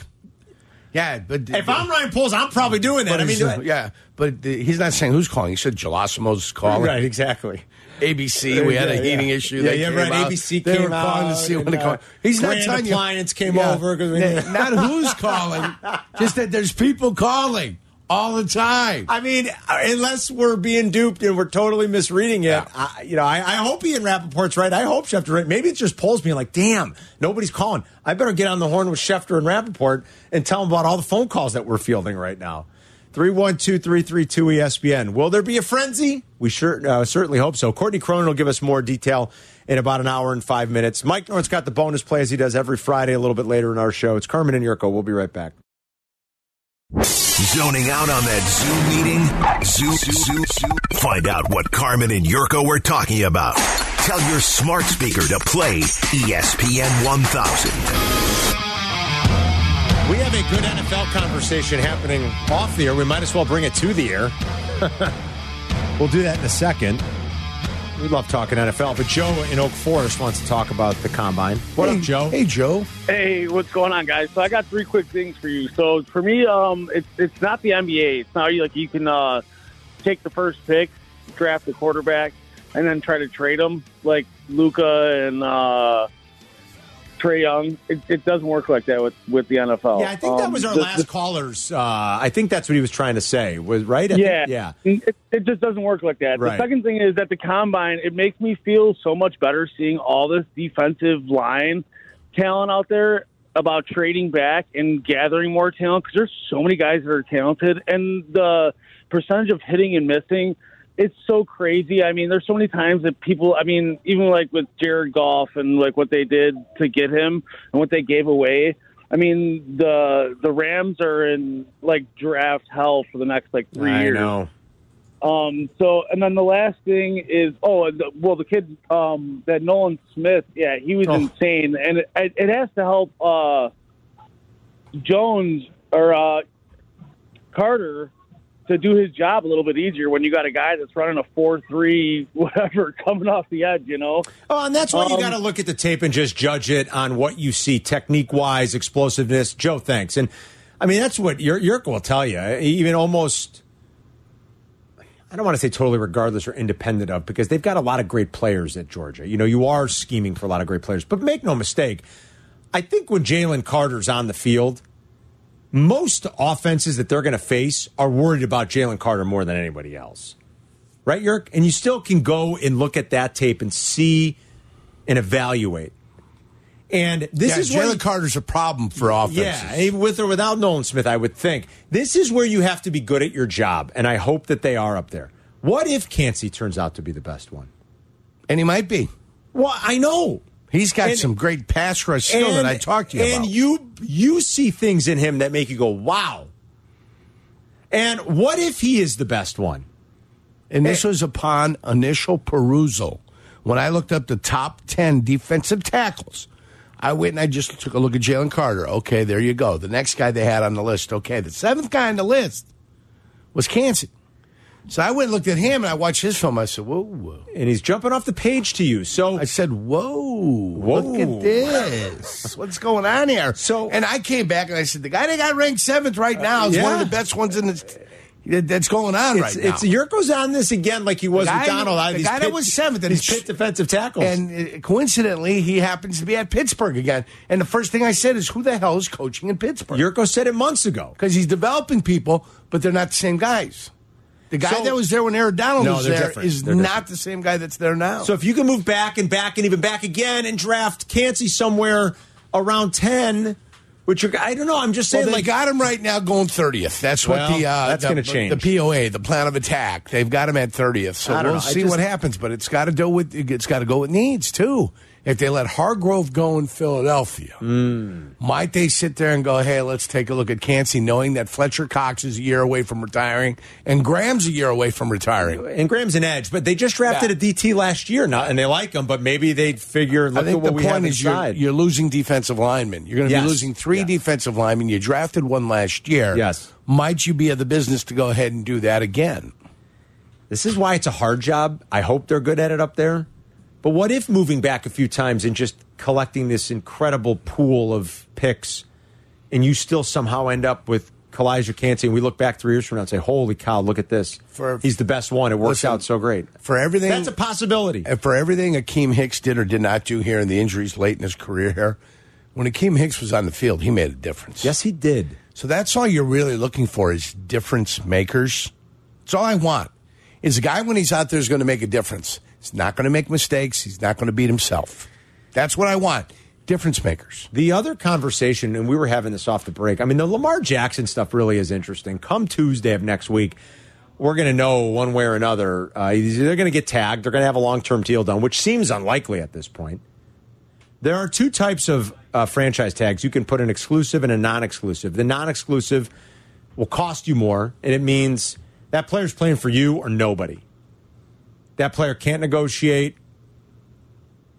S3: Yeah, but
S2: If I'm Ryan Poles, I'm probably doing that.
S3: But
S2: I mean,
S3: he's- yeah, but the, he's not saying who's calling. He said Gelasimo's calling.
S2: right, exactly.
S3: ABC, we had a
S2: Yeah,
S3: heating
S2: yeah.
S3: issue.
S2: Yeah,
S3: that
S2: yeah,
S3: came
S2: right.
S3: out.
S2: ABC
S3: they
S2: came
S3: were calling to
S2: out
S3: see when
S2: and,
S3: they call.
S2: uh,
S3: He's not
S2: Grand
S3: telling you.
S2: Appliance came over 'cause we-
S3: N- not who's calling, just that there's people calling all the time.
S2: I mean, uh, unless we're being duped and we're totally misreading it, I, you know, I, I hope Ian Rappaport's right. I hope Schefter right. Maybe it's just polls being like, damn, nobody's calling. I better get on the horn with Schefter and Rappaport and tell them about all the phone calls that we're fielding right now. E 312-332-ESPN. Will there be a frenzy? We sure uh, certainly hope so. Courtney Cronin will give us more detail in about an hour and five minutes. Mike North's got the bonus play as he does every Friday a little bit later in our show. It's Carmen and Yurko. We'll be right back.
S8: Zoning out on that Zoom meeting? Zoom, Zoom, Zoom. Find out what Carmen and Yurko were talking about. Tell your smart speaker to play E ESPN 1000.
S2: We have a good NFL conversation happening off the air. We might as well bring it to the air. we'll do that in a second. We love talking NFL, but Joe in Oak Forest wants to talk about the combine. What
S3: hey,
S2: up, Joe?
S3: Hey, Joe.
S12: Hey, what's going on, guys? So I got three quick things for you. So for me, um, it's it's not the NBA. It's not like you can uh, take the first pick, draft the quarterback, and then try to trade them like Luca and uh, Trey Young. It, it doesn't work like that with, with the NFL.
S2: Yeah, I think that
S12: Um,
S2: was our
S12: the-
S2: last caller's. Uh, I think that's what he was trying to say. Was right? I think-
S12: yeah,
S2: yeah.
S12: It, it just doesn't work like that.
S2: Right.
S12: The second thing is that the combine it makes me feel so much better seeing all this defensive line talent out there about trading back and gathering more talent because there's so many guys that are talented and the percentage of hitting and missing. It's so crazy. I mean, there's so many times that people. I mean, even like with Jared Goff and like what they did to get him and what they gave away. I mean, the the Rams are in like draft hell for the next like three
S2: I
S12: years.
S2: know.
S12: Um, so, and then the last thing is, oh, and the, well, the kid um, that Nolan Smith, yeah, he was insane, and it, it it has to help uh, Jones or uh, Carter to do his job a little bit easier when you got a guy that's running a four-three, whatever, coming off the edge, you know.
S2: Oh, and that's why you
S12: Um,
S2: got to look at the tape and just judge it on what you see technique wise, explosiveness. Joe, thanks. And I mean, that's what Yur- Yurk will tell you. E, Even almost, I don't want to say totally regardless or independent of, because they've got a lot of great players at Georgia. You know, you are scheming for a lot of great players, but make no mistake, I think when Jalen Carter's on the field, most offenses that they're going to face are worried about Jalen Carter more than anybody else. Right, Yerk? And you still can go and look at that tape and see and evaluate. And this
S3: Yeah,
S2: is where
S3: Jalen Carter's a problem for offenses.
S2: yeah, even with or without Nolan Smith, I would think this is where you have to be good at your job, and I hope that they are up there. What if Cansey turns out to be the best one?
S3: and he might be.
S2: Well, I know
S3: He's got
S2: And-
S3: some great pass rush skill that I talked to you
S2: and
S3: about.
S2: you you see things in him that make you go, "Wow." And what if he is the best one?
S3: and this was upon initial perusal. When I looked up the top 10 defensive tackles, I went and I just took a look at Jalen Carter. Okay, there you go. The next guy they had on the list. Okay, the seventh guy on the list was Kansas. So I went and looked at him and I watched his film. I said, whoa, whoa.
S2: And he's jumping off the page to you. So
S3: I said, whoa, whoa. look at this. What's going on here? So And I came back and I said, the guy that got ranked seventh right now is
S2: yeah.
S3: one of the best ones in the. that- That's going on
S2: it's,
S3: right now.
S2: it's Yurko's on this again, like he was
S3: The guy-
S2: with Donald. out of
S3: the
S2: these
S3: guy that
S2: pit-
S3: was seventh and
S2: these
S3: it's-
S2: pit defensive tackles.
S3: And uh, coincidentally, he happens to be at Pittsburgh again. And the first thing I said is, who the hell is coaching in Pittsburgh?
S2: Yurko said it months ago.
S3: Because he's developing people, but they're not the same guys. The guy
S2: So-
S3: that was there when Aaron Donald
S2: No,
S3: was
S2: they're
S3: there
S2: different.
S3: is
S2: They're
S3: not
S2: different.
S3: the same guy that's there now.
S2: So if you can move back and back and even back again and draft Cansey somewhere around ten, which you're, I don't know. I'm just
S3: Well,
S2: saying,
S3: they
S2: like
S3: got him right now going 30th. That's what
S2: Well,
S3: the uh,
S2: that's
S3: the-
S2: gonna change.
S3: The POA, the plan of attack. They've got him at 30th. So
S2: I
S3: we'll
S2: don't know. I
S3: see
S2: just-
S3: what happens, but it's got to do with it's got to go with needs too. If they let Hargrove go in Philadelphia,
S2: Hmm.
S3: might they sit there and go, "Hey, let's take a look at Cansey, knowing that Fletcher Cox is a year away from retiring and Graham's a year away from retiring."
S2: and Graham's an edge, but they just drafted a DT last year, not and they like him, but maybe they figure
S3: I
S2: look at
S3: think the
S2: what we have
S3: point is you're,
S2: inside.
S3: you're losing defensive linemen. You're going to
S2: Yes.
S3: be losing three defensive linemen. You drafted one last year.
S2: Yes.
S3: Might you be of the business to go ahead and do that again?
S2: This is why it's a hard job. I hope they're good at it up there. But what if moving back a few times and just collecting this incredible pool of picks and you still somehow end up with Kalijah Cansey and we look back three years from now and say, holy cow, look at this.
S3: For-
S2: He's the best one. It works
S3: Listen,
S2: out so great.
S3: For everything,
S2: That's a possibility.
S3: and for everything Akeem Hicks did or did not do here and the injuries late in his career here, when Akeem Hicks was on the field, he made a difference.
S2: Yes, he did.
S3: So that's all you're really looking for is difference makers. That's all I want. Is a guy when he's out there is going to make a difference. He's not going to make mistakes. He's not going to beat himself. That's what I want. Difference makers.
S2: The other conversation, and we were having this off the break. I mean, the Lamar Jackson stuff really is interesting. Come Tuesday of next week, we're going to know one way or another. Uh, they're going to get tagged. They're going to have a long term deal done, which seems unlikely at this point. There are two types of uh, franchise tags. You can put an exclusive and a non exclusive. The non exclusive will cost you more, and it means that player's playing for you or nobody. That player can't negotiate.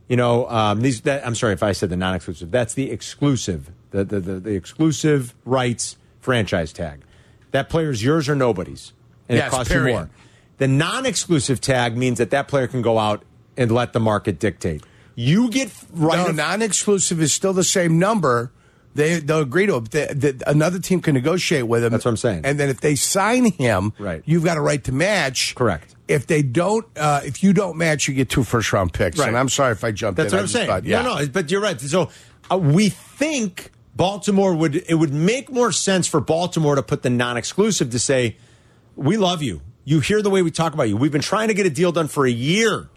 S2: You know, um, these. That, I'm sorry if I said the non-exclusive. That's the exclusive, the the, the, the exclusive rights franchise tag. That player's yours or nobody's, and
S3: Yes,
S2: it costs
S3: period.
S2: you more. The non-exclusive tag means that that player can go out and let the market dictate. You get right.
S3: no,
S2: of-
S3: non-exclusive is still the same number. They they'll agree to it. They- that another team can negotiate with him.
S2: That's what I'm saying.
S3: And then if they sign him,
S2: Right.
S3: you've got a right to match.
S2: Correct.
S3: If they don't, uh, if you don't match, you get two first round picks.
S2: Right.
S3: And I'm sorry if I jumped.
S2: That's
S3: in.
S2: what
S3: I
S2: I'm
S3: just
S2: saying.
S3: thought, yeah.
S2: No, no, but you're right. So uh, we think Baltimore would it would make more sense for Baltimore to put the non-exclusive to say, "We love you. You hear the way we talk about you. We've been trying to get a deal done for a year.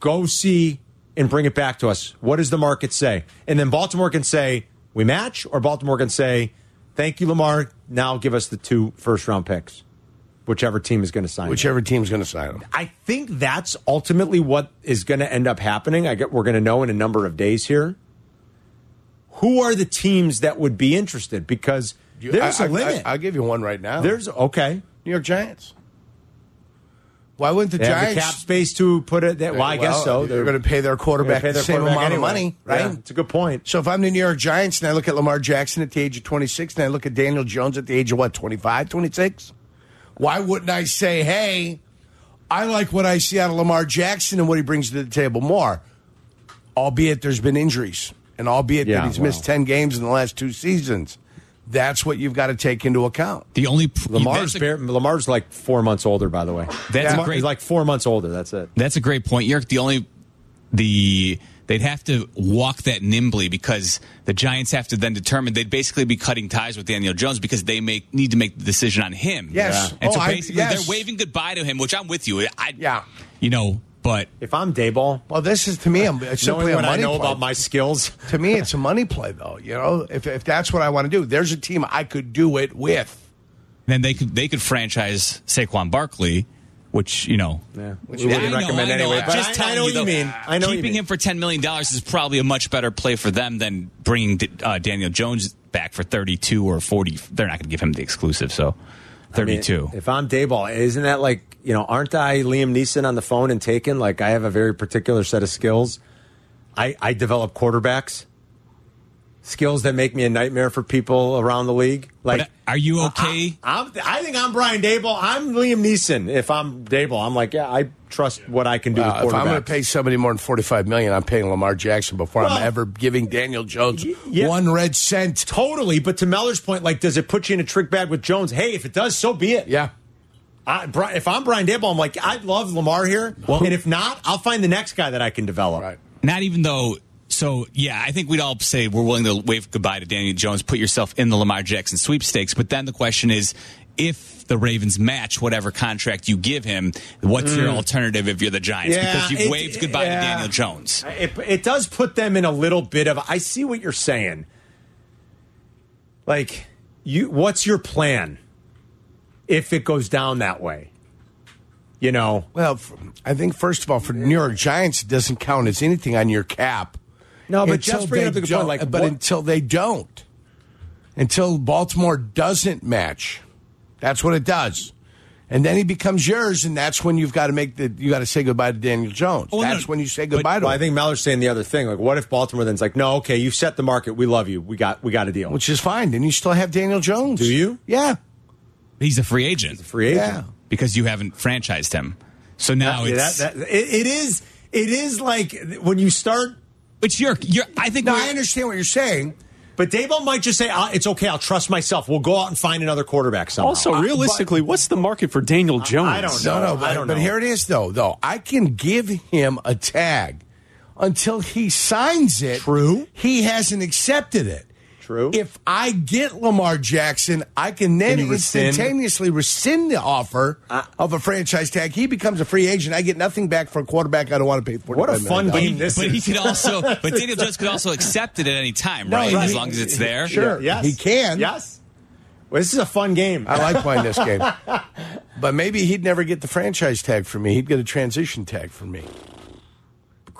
S2: Go see and bring it back to us. What does the market say?" And then Baltimore can say, "We match," or Baltimore can say, "Thank you, Lamar. Now give us the two first-round picks." Whichever team is going to sign. you.
S3: Whichever team's going to sign him.
S2: I think that's ultimately what is going to end up happening. I get we're going to know in a number of days here. Who are the teams that would be interested? Because there's
S3: a
S2: a limit.
S3: I, will give you one right now.
S2: there's okay.
S3: New York Giants. Why wouldn't the
S2: They have the
S3: Giants?
S2: cap space to put it. That, well, I guess
S3: Well,
S2: so.
S3: They're, going to pay their quarterback
S2: pay
S3: the
S2: their
S3: same
S2: quarterback
S3: amount of
S2: anyway.
S3: money, right?
S2: Yeah, it's a good point.
S3: So if I'm the New York Giants and I look at Lamar Jackson at the age of 26 and I look at Daniel Jones at the age of what, 25, 26? Why wouldn't I say, hey, I like what I see out of Lamar Jackson and what he brings to the table more? Albeit there's been injuries and albeit
S2: Yeah,
S3: that he's
S2: wow.
S3: missed 10 games in the last two seasons. That's what you've got to take into account.
S4: The only pr-
S2: Lamar's
S4: that's a-
S2: bare, Lamar's like four months older, by the way.
S4: That's a
S2: Lamar-
S4: great-
S2: He's like four months older. That's it.
S4: That's a great point, Yerk. The only the they'd have to walk that nimbly because the Giants have to then determine they'd basically be cutting ties with Daniel Jones because they make need to make the decision on him.
S3: Yes. Yeah.
S4: And so
S3: Oh, I-
S4: basically
S3: yes.
S4: they're waving goodbye to him, which I'm with you. I
S3: Yeah.
S4: You know, but
S2: If I'm Dayball,
S3: Well, this is to me, I'm it's simply
S2: knowing
S3: a
S2: what I
S3: money
S2: know
S3: play.
S2: about my skills,
S3: to me, it's a money play, though. You know, if, if that's what I want to do, there's a team I could do it with.
S4: then they could they could franchise Saquon Barkley, which, you know,
S2: we wouldn't
S4: I know,
S2: recommend
S4: I know.
S2: anyway.
S4: I'm
S2: But
S4: just
S2: I- I,
S4: telling
S2: know what you
S4: though,
S2: mean. I know what
S4: keeping
S2: you mean.
S4: him for ten million dollars is probably a much better play for them than bringing uh, Daniel Jones back for thirty-two or forty. They're not going to give him the exclusive, so thirty-two.
S2: If I'm Dayball, isn't that like you know? Aren't I Liam Neeson on the phone and taken? Like I have a very particular set of skills. I I develop quarterbacks. skills that make me a nightmare for people around the league. Like,
S4: are you okay?
S2: I, am I think I'm Brian Dable. I'm Liam Neeson. If I'm Dable, I'm like, yeah, I trust what I can do.
S3: Uh,
S2: with
S3: if I'm going
S2: quarterbacks.
S3: to pay somebody more than forty-five million, I'm paying Lamar Jackson before
S2: Well-
S3: I'm ever giving Daniel Jones
S2: one red cent. Totally. But to Meller's point, like, does it put you in a trick bag with Jones? Hey, if it does, so be it.
S3: Yeah.
S2: I, Bri- if I'm Brian Dable, I'm like, I love Lamar here. and if not, I'll find the next guy that I can develop. Right.
S4: Not even though. So yeah, I think we'd all say we're willing to wave goodbye to Daniel Jones, put yourself in the Lamar Jackson sweepstakes. But then the question is, if the Ravens match whatever contract you give him, what's your
S2: Mm.
S4: alternative if you're the Giants?
S2: Yeah,
S4: because you've
S2: it-
S4: waved goodbye
S2: yeah.
S4: to Daniel Jones.
S2: It, it does put them in a little bit of. I see what you're saying. Like, you, what's your plan if it goes down that way? You know.
S3: Well, f- I think first of all, for the New York Giants, it doesn't count as anything on your cap.
S2: No, but
S3: until
S2: Jeff's bringing
S3: they
S2: up a good
S3: don't-
S2: point, like,
S3: but
S2: what-
S3: until they don't, until Baltimore doesn't match, that's what it does. And then he becomes yours, and that's when you've got to make the you got to say goodbye to Daniel Jones. that's when you say goodbye to
S2: Well,
S3: him.
S2: I think Maller's saying the other thing. Like, what if Baltimore then's like, no, okay, you've set the market. We love you. We got we got a deal.
S3: which is fine. Then you still have Daniel Jones.
S2: Do you?
S3: Yeah.
S4: He's a free agent.
S2: free agent. Yeah.
S4: because you haven't franchised him. So now
S2: That-
S4: it's
S2: that- that- it- it is it is like when you start.
S4: But you're you're. I think
S2: no,
S3: I understand what you're saying.
S2: But Dable might just say, "Uh, "It's okay. I'll trust myself. We'll go out and find another quarterback somehow."
S5: Also, realistically, what's the market for Daniel Jones?
S2: Uh, I don't know.
S3: No, no, but,
S2: I don't
S3: but
S2: know.
S3: here it is, though. Though I can give him a tag until he signs it. True. He hasn't accepted it.
S2: True.
S3: If I get Lamar Jackson, I can then
S2: Can you rescind?
S3: instantaneously rescind the offer of a franchise tag. He becomes a free agent. I get nothing back for a quarterback. I don't want to pay for.
S2: What a fun game this
S4: but he
S2: is.
S4: could also. But Daniel Jones could also accept it at any time,
S2: No,
S4: right?
S2: right.
S4: As long as it's there.
S2: Sure. Yes.
S3: He can.
S2: Yes. Well, this is a fun game. Uh,
S3: I like playing this game. But maybe he'd never get the franchise tag from me. He'd get a transition tag from me.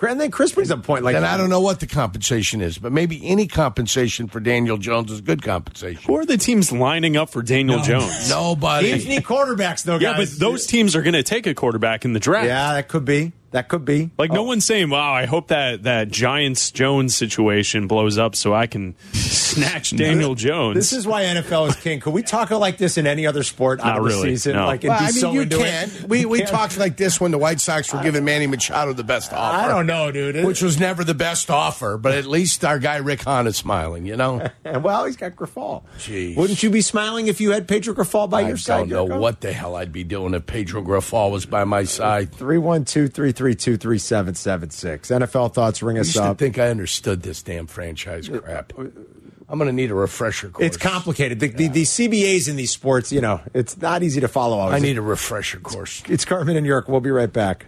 S2: And then Chris brings up a point. Like,
S3: then I don't know what the compensation is, but maybe any compensation for Daniel Jones is good compensation.
S5: Who are the teams lining up for Daniel Jones?
S2: Teams
S3: Nobody.
S2: need quarterbacks, though,
S5: yeah,
S2: guys.
S5: but those teams are going to take a quarterback in the draft.
S2: Yeah, Oh. that could be. That could be.
S5: Like no one's saying, "Wow, I hope that that Giants Jones situation blows up so I can snatch Daniel Jones."
S2: This is why NFL is king. Could we talk like this in any other sport out
S5: Not
S2: of the
S5: really,
S2: season?
S5: no.
S2: Like, and
S3: Well,
S2: be
S3: I mean,
S2: so
S3: you
S2: into
S3: can.
S2: it?
S3: We, we
S2: can't.
S3: talked like this when the White Sox were giving Manny Machado the best offer.
S2: I don't know, dude.
S3: Which was never the best offer, but at least our guy Rick Hahn is smiling, you know?
S2: And well, he's got Grafal.
S3: Jeez.
S2: Wouldn't you be smiling if you had Pedro Grafal by
S3: I
S2: your
S3: don't
S2: side?
S3: know what the hell I'd be doing if Pedro Grafal was by my side.
S2: Three one two three three two three seven seven six. NFL thoughts. Ring
S3: I
S2: us
S3: used to
S2: up.
S3: think I understood this damn franchise crap. I'm going to need a refresher course.
S2: It's complicated. The, the, the CBAs in these sports, you know, it's not easy to follow.
S3: I need a refresher course.
S2: It's Carmen and York. We'll be right back.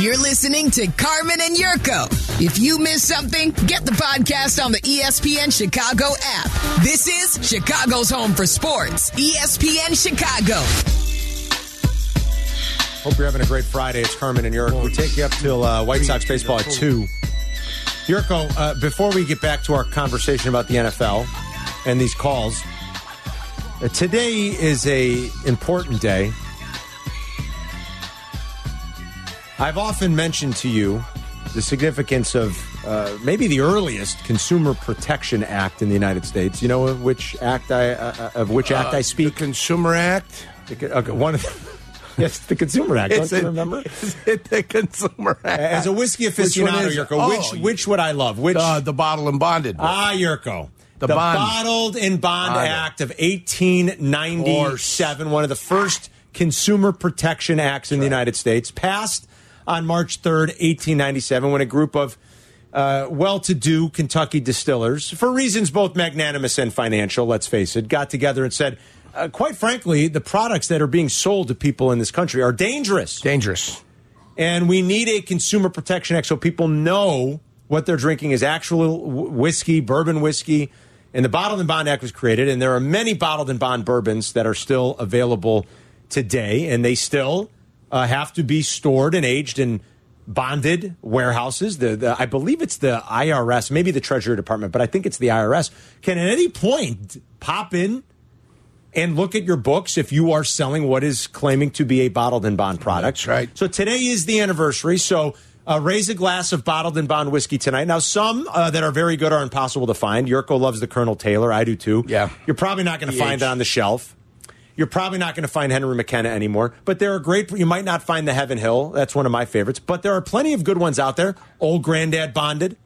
S1: You're listening to Carmen and Yurko. If you miss something, get the podcast on the E ESPN Chicago app. This is Chicago's home for sports. E ESPN Chicago.
S2: Hope you're having a great Friday. It's Carmen and Yurko. We take you up till uh, White Sox baseball at two. Yurko, uh, before we get back to our conversation about the NFL and these calls, uh, today is a important day. I've often mentioned to you the significance of uh, maybe the earliest Consumer Protection Act in the United States. You know of which act I uh, of which act I speak?
S3: Consumer Act.
S2: The- okay, one of the, yes, the Consumer Act.
S3: It's
S2: Don't you
S3: a-
S2: remember?
S3: Is it the Consumer Act?
S2: As a whiskey aficionado,
S3: Which one is-
S2: Yurko, which which would I love? Which
S3: uh, the bottle and bonded. one.
S2: ah, Yurko,
S3: The
S2: the,
S3: bond.
S2: Bottled and Bond
S3: Bond.
S2: Act of 1897, one of the first consumer protection acts in the United States, passed on March 3rd, 1897, when a group of uh, well-to-do Kentucky distillers, for reasons both magnanimous and financial, let's face it, got together and said. Uh, quite frankly, the products that are being sold to people in this country are dangerous
S3: Dangerous.
S2: and we need a consumer protection act so people know what they're drinking is actual wh- whiskey, bourbon whiskey. And the Bottled and Bond Act was created, and there are many bottled and bond bourbons that are still available today, and they still uh, have to be stored and aged in bonded warehouses. The, the I believe it's the IRS, maybe the Treasury Department, but I think it's the IRS can at any point pop in and look at your books if you are selling what is claiming to be a bottled and bond product.
S3: That's right.
S2: So today is the anniversary. So Uh, raise a glass of bottled and bond whiskey tonight. Now, some uh, that are very good are impossible to find. Yurko loves the Colonel Taylor. I do too. Yeah. You're probably not going to
S3: BH.
S2: find it on the shelf. You're probably not going to find Henry McKenna anymore. But there are great, you might not find the Heaven Hill. That's one of my favorites. But there are plenty of good ones out there. Old Granddad Bonded,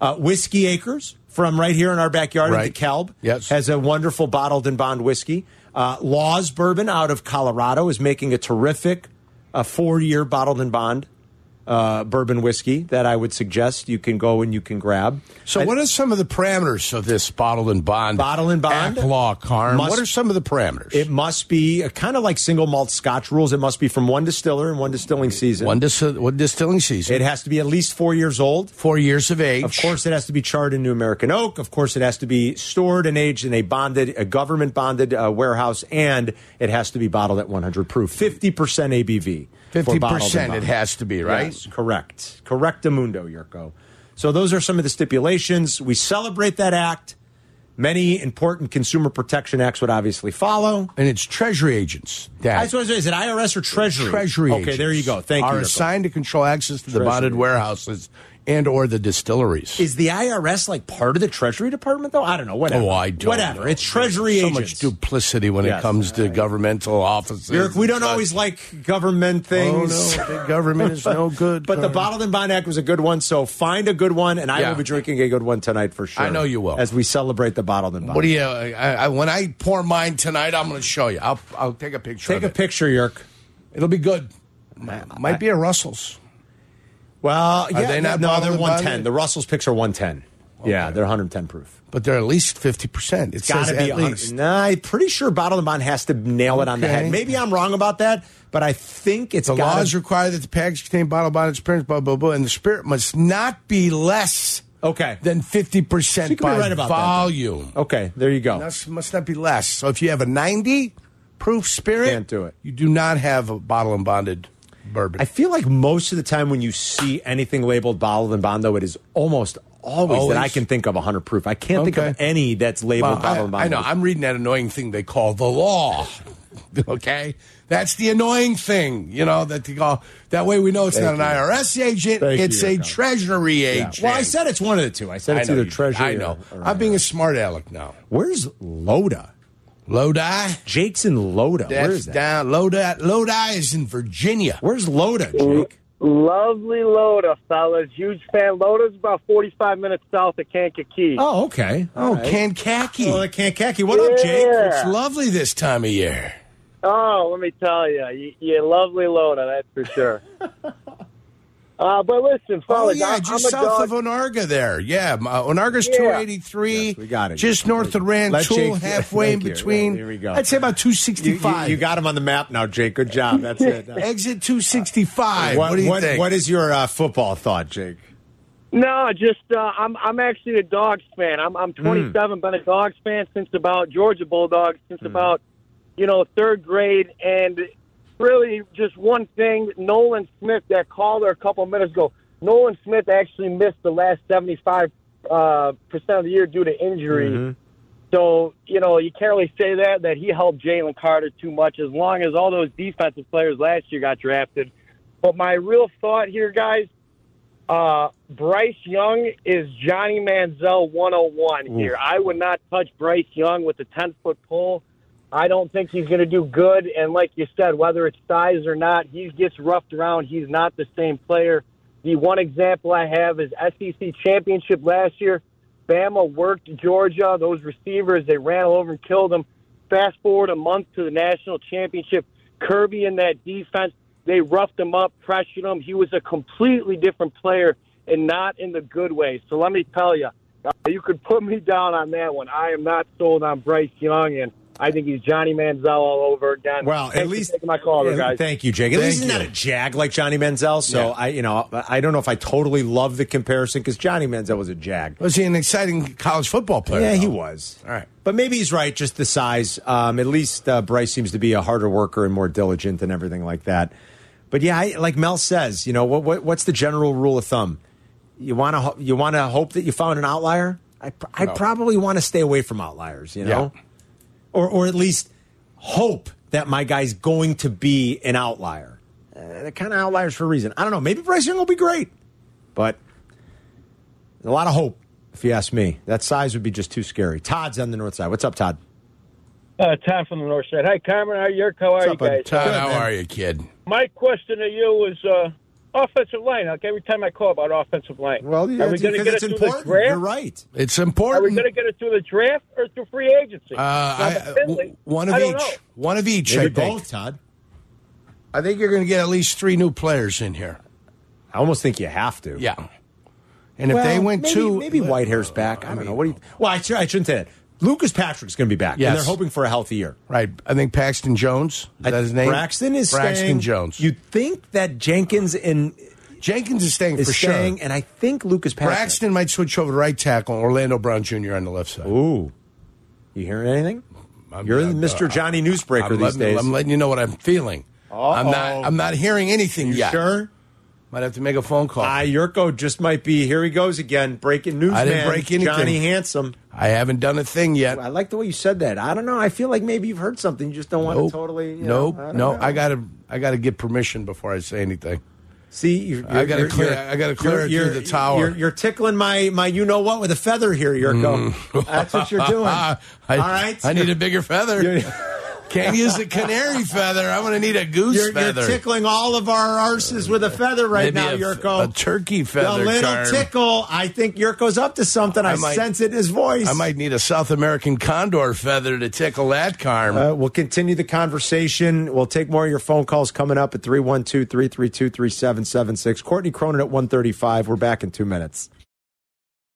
S2: uh, Whiskey Acres from right here in our backyard
S3: Right.
S2: in DeKalb
S3: Yes.
S2: has a wonderful bottled and bond whiskey. Uh, Laws Bourbon out of Colorado is making a terrific uh, four year bottled and bond uh, bourbon whiskey that I would suggest you can go and you can grab.
S3: So, what are some of the parameters of this bottled and bond?
S2: Bottle and bond
S3: Act law, Carm.
S2: must-
S3: what are some of the parameters?
S2: It must be kind of like single malt Scotch rules. It must be from one distiller and one distilling season.
S3: One, dis- one distilling season.
S2: It has to be at least four years old.
S3: Four years of age.
S2: Of course, it has to be charred in New American oak. Of course, it has to be stored and aged in a bonded, a government bonded uh, warehouse, and it has to be bottled at 100 proof, 50 percent ABV. for bottled and
S3: 50% it
S2: bond.
S3: has to be, right?
S2: Yes, correct, correct, Amundo Yurko. So those are some of the stipulations. We celebrate that act. Many important consumer protection acts would obviously follow.
S3: And it's Treasury agents. That
S2: That's what I was- is it IRS or Treasury?
S3: Treasury
S2: Okay,
S3: agents
S2: there you go. Thank you.
S3: are
S2: Yurko.
S3: assigned to control access to the
S2: Treasury.
S3: bonded warehouses and or the distilleries.
S2: Is the IRS like part of the Treasury Department though? I don't know. Whatever.
S3: Oh, I don't.
S2: Whatever.
S3: know.
S2: It's Treasury
S3: so
S2: agents.
S3: much duplicity when
S2: Yes.
S3: it comes to governmental offices.
S2: Eric, we don't
S3: and
S2: always
S3: such.
S2: like government things.
S3: Oh, no, the government is no good.
S2: But
S3: Carm.
S2: the Bottled and Bond Act was a good one, so find a good one, and I
S3: Yeah.
S2: will be drinking a good one tonight for sure.
S3: I know you will.
S2: As we celebrate the Bottled and Bond.
S3: What do you? I, I, when I pour mine tonight, I'm going to show you. I'll, I'll take a picture.
S2: Take
S3: of it.
S2: a picture, Yerk.
S3: It'll be good. Might be a Russell's.
S2: Well, yeah,
S3: Are they not
S2: no,
S3: Bottled
S2: they're
S3: and
S2: 110.
S3: Bonded?
S2: The Russell's picks are 110. Yeah, they're 110 proof.
S3: but they're at least 50%. It's
S2: Got to be
S3: at
S2: 100.
S3: least.
S2: Nah, I'm pretty sure Bottled and Bond has to nail it on the
S3: Okay.
S2: head. Maybe I'm wrong about that, but I think it's
S3: The
S2: gotta-
S3: laws require that the package contain bottle bond experience, blah, blah, blah, and the spirit must not be less
S2: Okay.
S3: than 50%
S2: So you could be
S3: by
S2: right about that, then.
S3: volume.
S2: Okay, there you go.
S3: That must not be less. So if you have a 90 proof spirit,
S2: Can't do it.
S3: you do not have a bottle and bonded bourbon.
S2: I feel like most of the time when you see anything labeled bottled and bond, though, it is almost always,
S3: Always?
S2: that I can think of 100 proof. I can't think of
S3: Okay.
S2: any that's labeled
S3: Well,
S2: bottled and
S3: I,
S2: bond.
S3: I know. I'm reading that annoying thing they call the law. okay, that's the annoying thing. You know that they call. That way we know it's
S2: Thank
S3: not an
S2: you.
S3: IRS agent.
S2: Thank you,
S3: it's a
S2: Yurko.
S3: Treasury
S2: Yeah.
S3: agent.
S2: Well, I said it's one of the two. I said
S3: I
S2: it's
S3: know
S2: either
S3: you-
S2: treasury.
S3: I know.
S2: Or, or
S3: I'm being a smart aleck now.
S2: Where's Loda?
S3: Lodi.
S2: Jake's in Loda. Where
S3: That's
S2: is that?
S3: down. Lodi. Lodi is in Virginia.
S2: Where's Loda, Jake?
S13: Lovely Loda, fellas. Huge fan. Loda's about 45 minutes south of Kankakee.
S2: Oh, okay.
S3: Oh,
S2: All right.
S3: Kankakee.
S2: Oh, Kankakee. What up, Jake?
S13: Yeah.
S3: It's lovely this time of year.
S13: Oh, let me tell ya, you, you lovely Loda, that's for sure. uh, but listen,
S3: Oh
S13: fellas,
S3: yeah,
S13: I'm, I'm
S3: just
S13: a
S3: south
S13: dog.
S3: of Onarga there. Yeah, m- uh, Onarga's
S13: Yeah.
S3: 283.
S2: Yes, we got it.
S3: Just north of Rantoul,
S2: Jake-
S3: halfway in
S2: Thank you.
S3: between.
S2: Here we go.
S3: I'd say about
S2: You,
S3: 265.
S2: you, you got him on the map now, Jake. Good job. That's it.
S3: exit 265. What, do you
S2: what,
S3: think?
S2: what is your uh, football thought, Jake?
S13: No, just uh, I'm I'm actually a Dogs fan. I'm I'm 27, been a Dogs fan since about Georgia Bulldogs since about you know third grade, and really just one thing. Nolan Smith, that caller a couple minutes ago. Nolan Smith actually missed the last 75 uh, percent of the year due to injury. So you know you can't really say that that he helped Jalen Carter too much. As long as all those defensive players last year got drafted, but my real thought here, guys uh, Bryce Young is Johnny Manziel 101 here. I would not touch Bryce Young with a 10 foot pole. I don't think he's going to do good. And like you said, whether it's size or not, he gets roughed around. He's not the same player. The one example I have is SEC championship last year. Bama worked Georgia. Those receivers, they ran all over and killed them. Fast forward a month to the national championship. Kirby and that defense, they roughed him up, pressured him. He was a completely different player and not in the good way. So let me tell you, uh, you could put me down on that one. I am not sold on Bryce Young, and I think he's Johnny Manziel all over again.
S2: Well,
S13: Thanks
S2: at least
S13: for taking my call,
S2: Yeah,
S13: guys.
S2: Thank you, Jake. At least he's
S3: Thank
S2: not a
S3: you.
S2: jag like Johnny Manziel. So
S3: Yeah.
S2: I, you know, I don't know if I totally love the comparison because Johnny Manziel was a jag.
S3: was he an exciting college football player?
S2: Yeah, he
S3: though?
S2: was.
S3: All right.
S2: but maybe he's right. Just the size. Um, at least uh, Bryce seems to be a harder worker and more diligent and everything like that. But yeah, I, like Mel says, you know, what, what what's the general rule of thumb? You want to ho- you want to hope that you found an outlier. I pr- I
S3: No.
S2: probably want to stay away from outliers. You know or or at least hope that my guy's going to be an outlier. Uh, they're kind of outliers for a reason. I don't know. Maybe Bryce Young will be great. But a lot of hope, if you ask me. That size would be just too scary. Todd's on the north side. What's up, Todd?
S14: Uh, Tom from the North Side. Hi, Carmen. How are you? How are you guys?
S3: you, kid?
S14: My question to you is uh, offensive line. Like every time I call about offensive line, well,
S3: yeah,
S14: are we
S3: it's-
S14: going to
S3: because
S14: get it
S3: it's
S14: through
S3: important.
S14: the draft?
S3: You're right. It's
S14: Are we
S3: important.
S14: going to get it through the draft or through free agency?
S3: Uh, I-
S14: Now, Finley,
S3: One of
S14: I
S3: each.
S14: don't know.
S3: One of each.
S2: Maybe
S3: I think.
S2: both, Todd.
S3: I think you're going to get at least three new players in here.
S2: I almost think you have to.
S3: Yeah. And if
S2: Well,
S3: they went
S2: maybe,
S3: two,
S2: maybe Whitehair's back. I don't know. What do you? Well, I, sh- I shouldn't say that. Lucas Patrick's going to be back,
S3: Yes.
S2: and they're hoping for a healthy year.
S3: right? I think Paxton Jones. Is that his name?
S2: Braxton is
S3: Braxton
S2: staying.
S3: Jones.
S2: You think that Jenkins and
S3: Jenkins is staying for sure.
S2: staying, and I think Lucas Patrick.
S3: Braxton might switch over to right tackle. and Orlando Brown Jr. on the left side.
S2: Ooh, you hearing anything? You're Mr. Johnny Newsbreaker
S3: uh, I'm
S2: these
S3: letting,
S2: days.
S3: I'm letting you know what I'm feeling. I'm
S2: Uh-oh.
S3: not. I'm not hearing anything
S2: You
S3: yet.
S2: sure?
S3: Might have to make a phone call.
S2: Ah, Yurko just might be. Here he goes again. Breaking news.
S3: Oh. I didn't
S2: man.
S3: break anything.
S2: Johnny Handsome.
S3: I haven't done a thing yet.
S2: I like the way you said that. I don't know. I feel like maybe you've heard something. You just don't want
S3: Nope.
S2: to totally. You
S3: nope.
S2: Know, I don't
S3: no.
S2: know.
S3: I gotta. I gotta get permission before I say anything.
S2: See, you're,
S3: I gotta
S2: you're-
S3: clear-
S2: you're-
S3: I gotta clear it
S2: you're-
S3: through
S2: you're-
S3: the tower.
S2: You're, you're tickling my my you know what with a feather here, Yurko. That's what you're doing.
S3: I,
S2: All right,
S3: I need a bigger Mm. feather.
S2: You're-
S3: Can't use a canary feather. I'm gonna need a goose
S2: You're, you're
S3: feather.
S2: tickling all of our arses with a feather right now,
S3: Maybe a,
S2: Yurko.
S3: a turkey
S2: the
S3: feather.
S2: little
S3: Carm.
S2: tickle. I think Yurko's up to something. I,
S3: I might-
S2: sense it in his voice.
S3: I might need a South American condor feather to tickle that carm.
S2: Uh, we'll continue the conversation. We'll take more of your phone calls coming up at 312 332 3776. Courtney Cronin at 135. We're back in two minutes.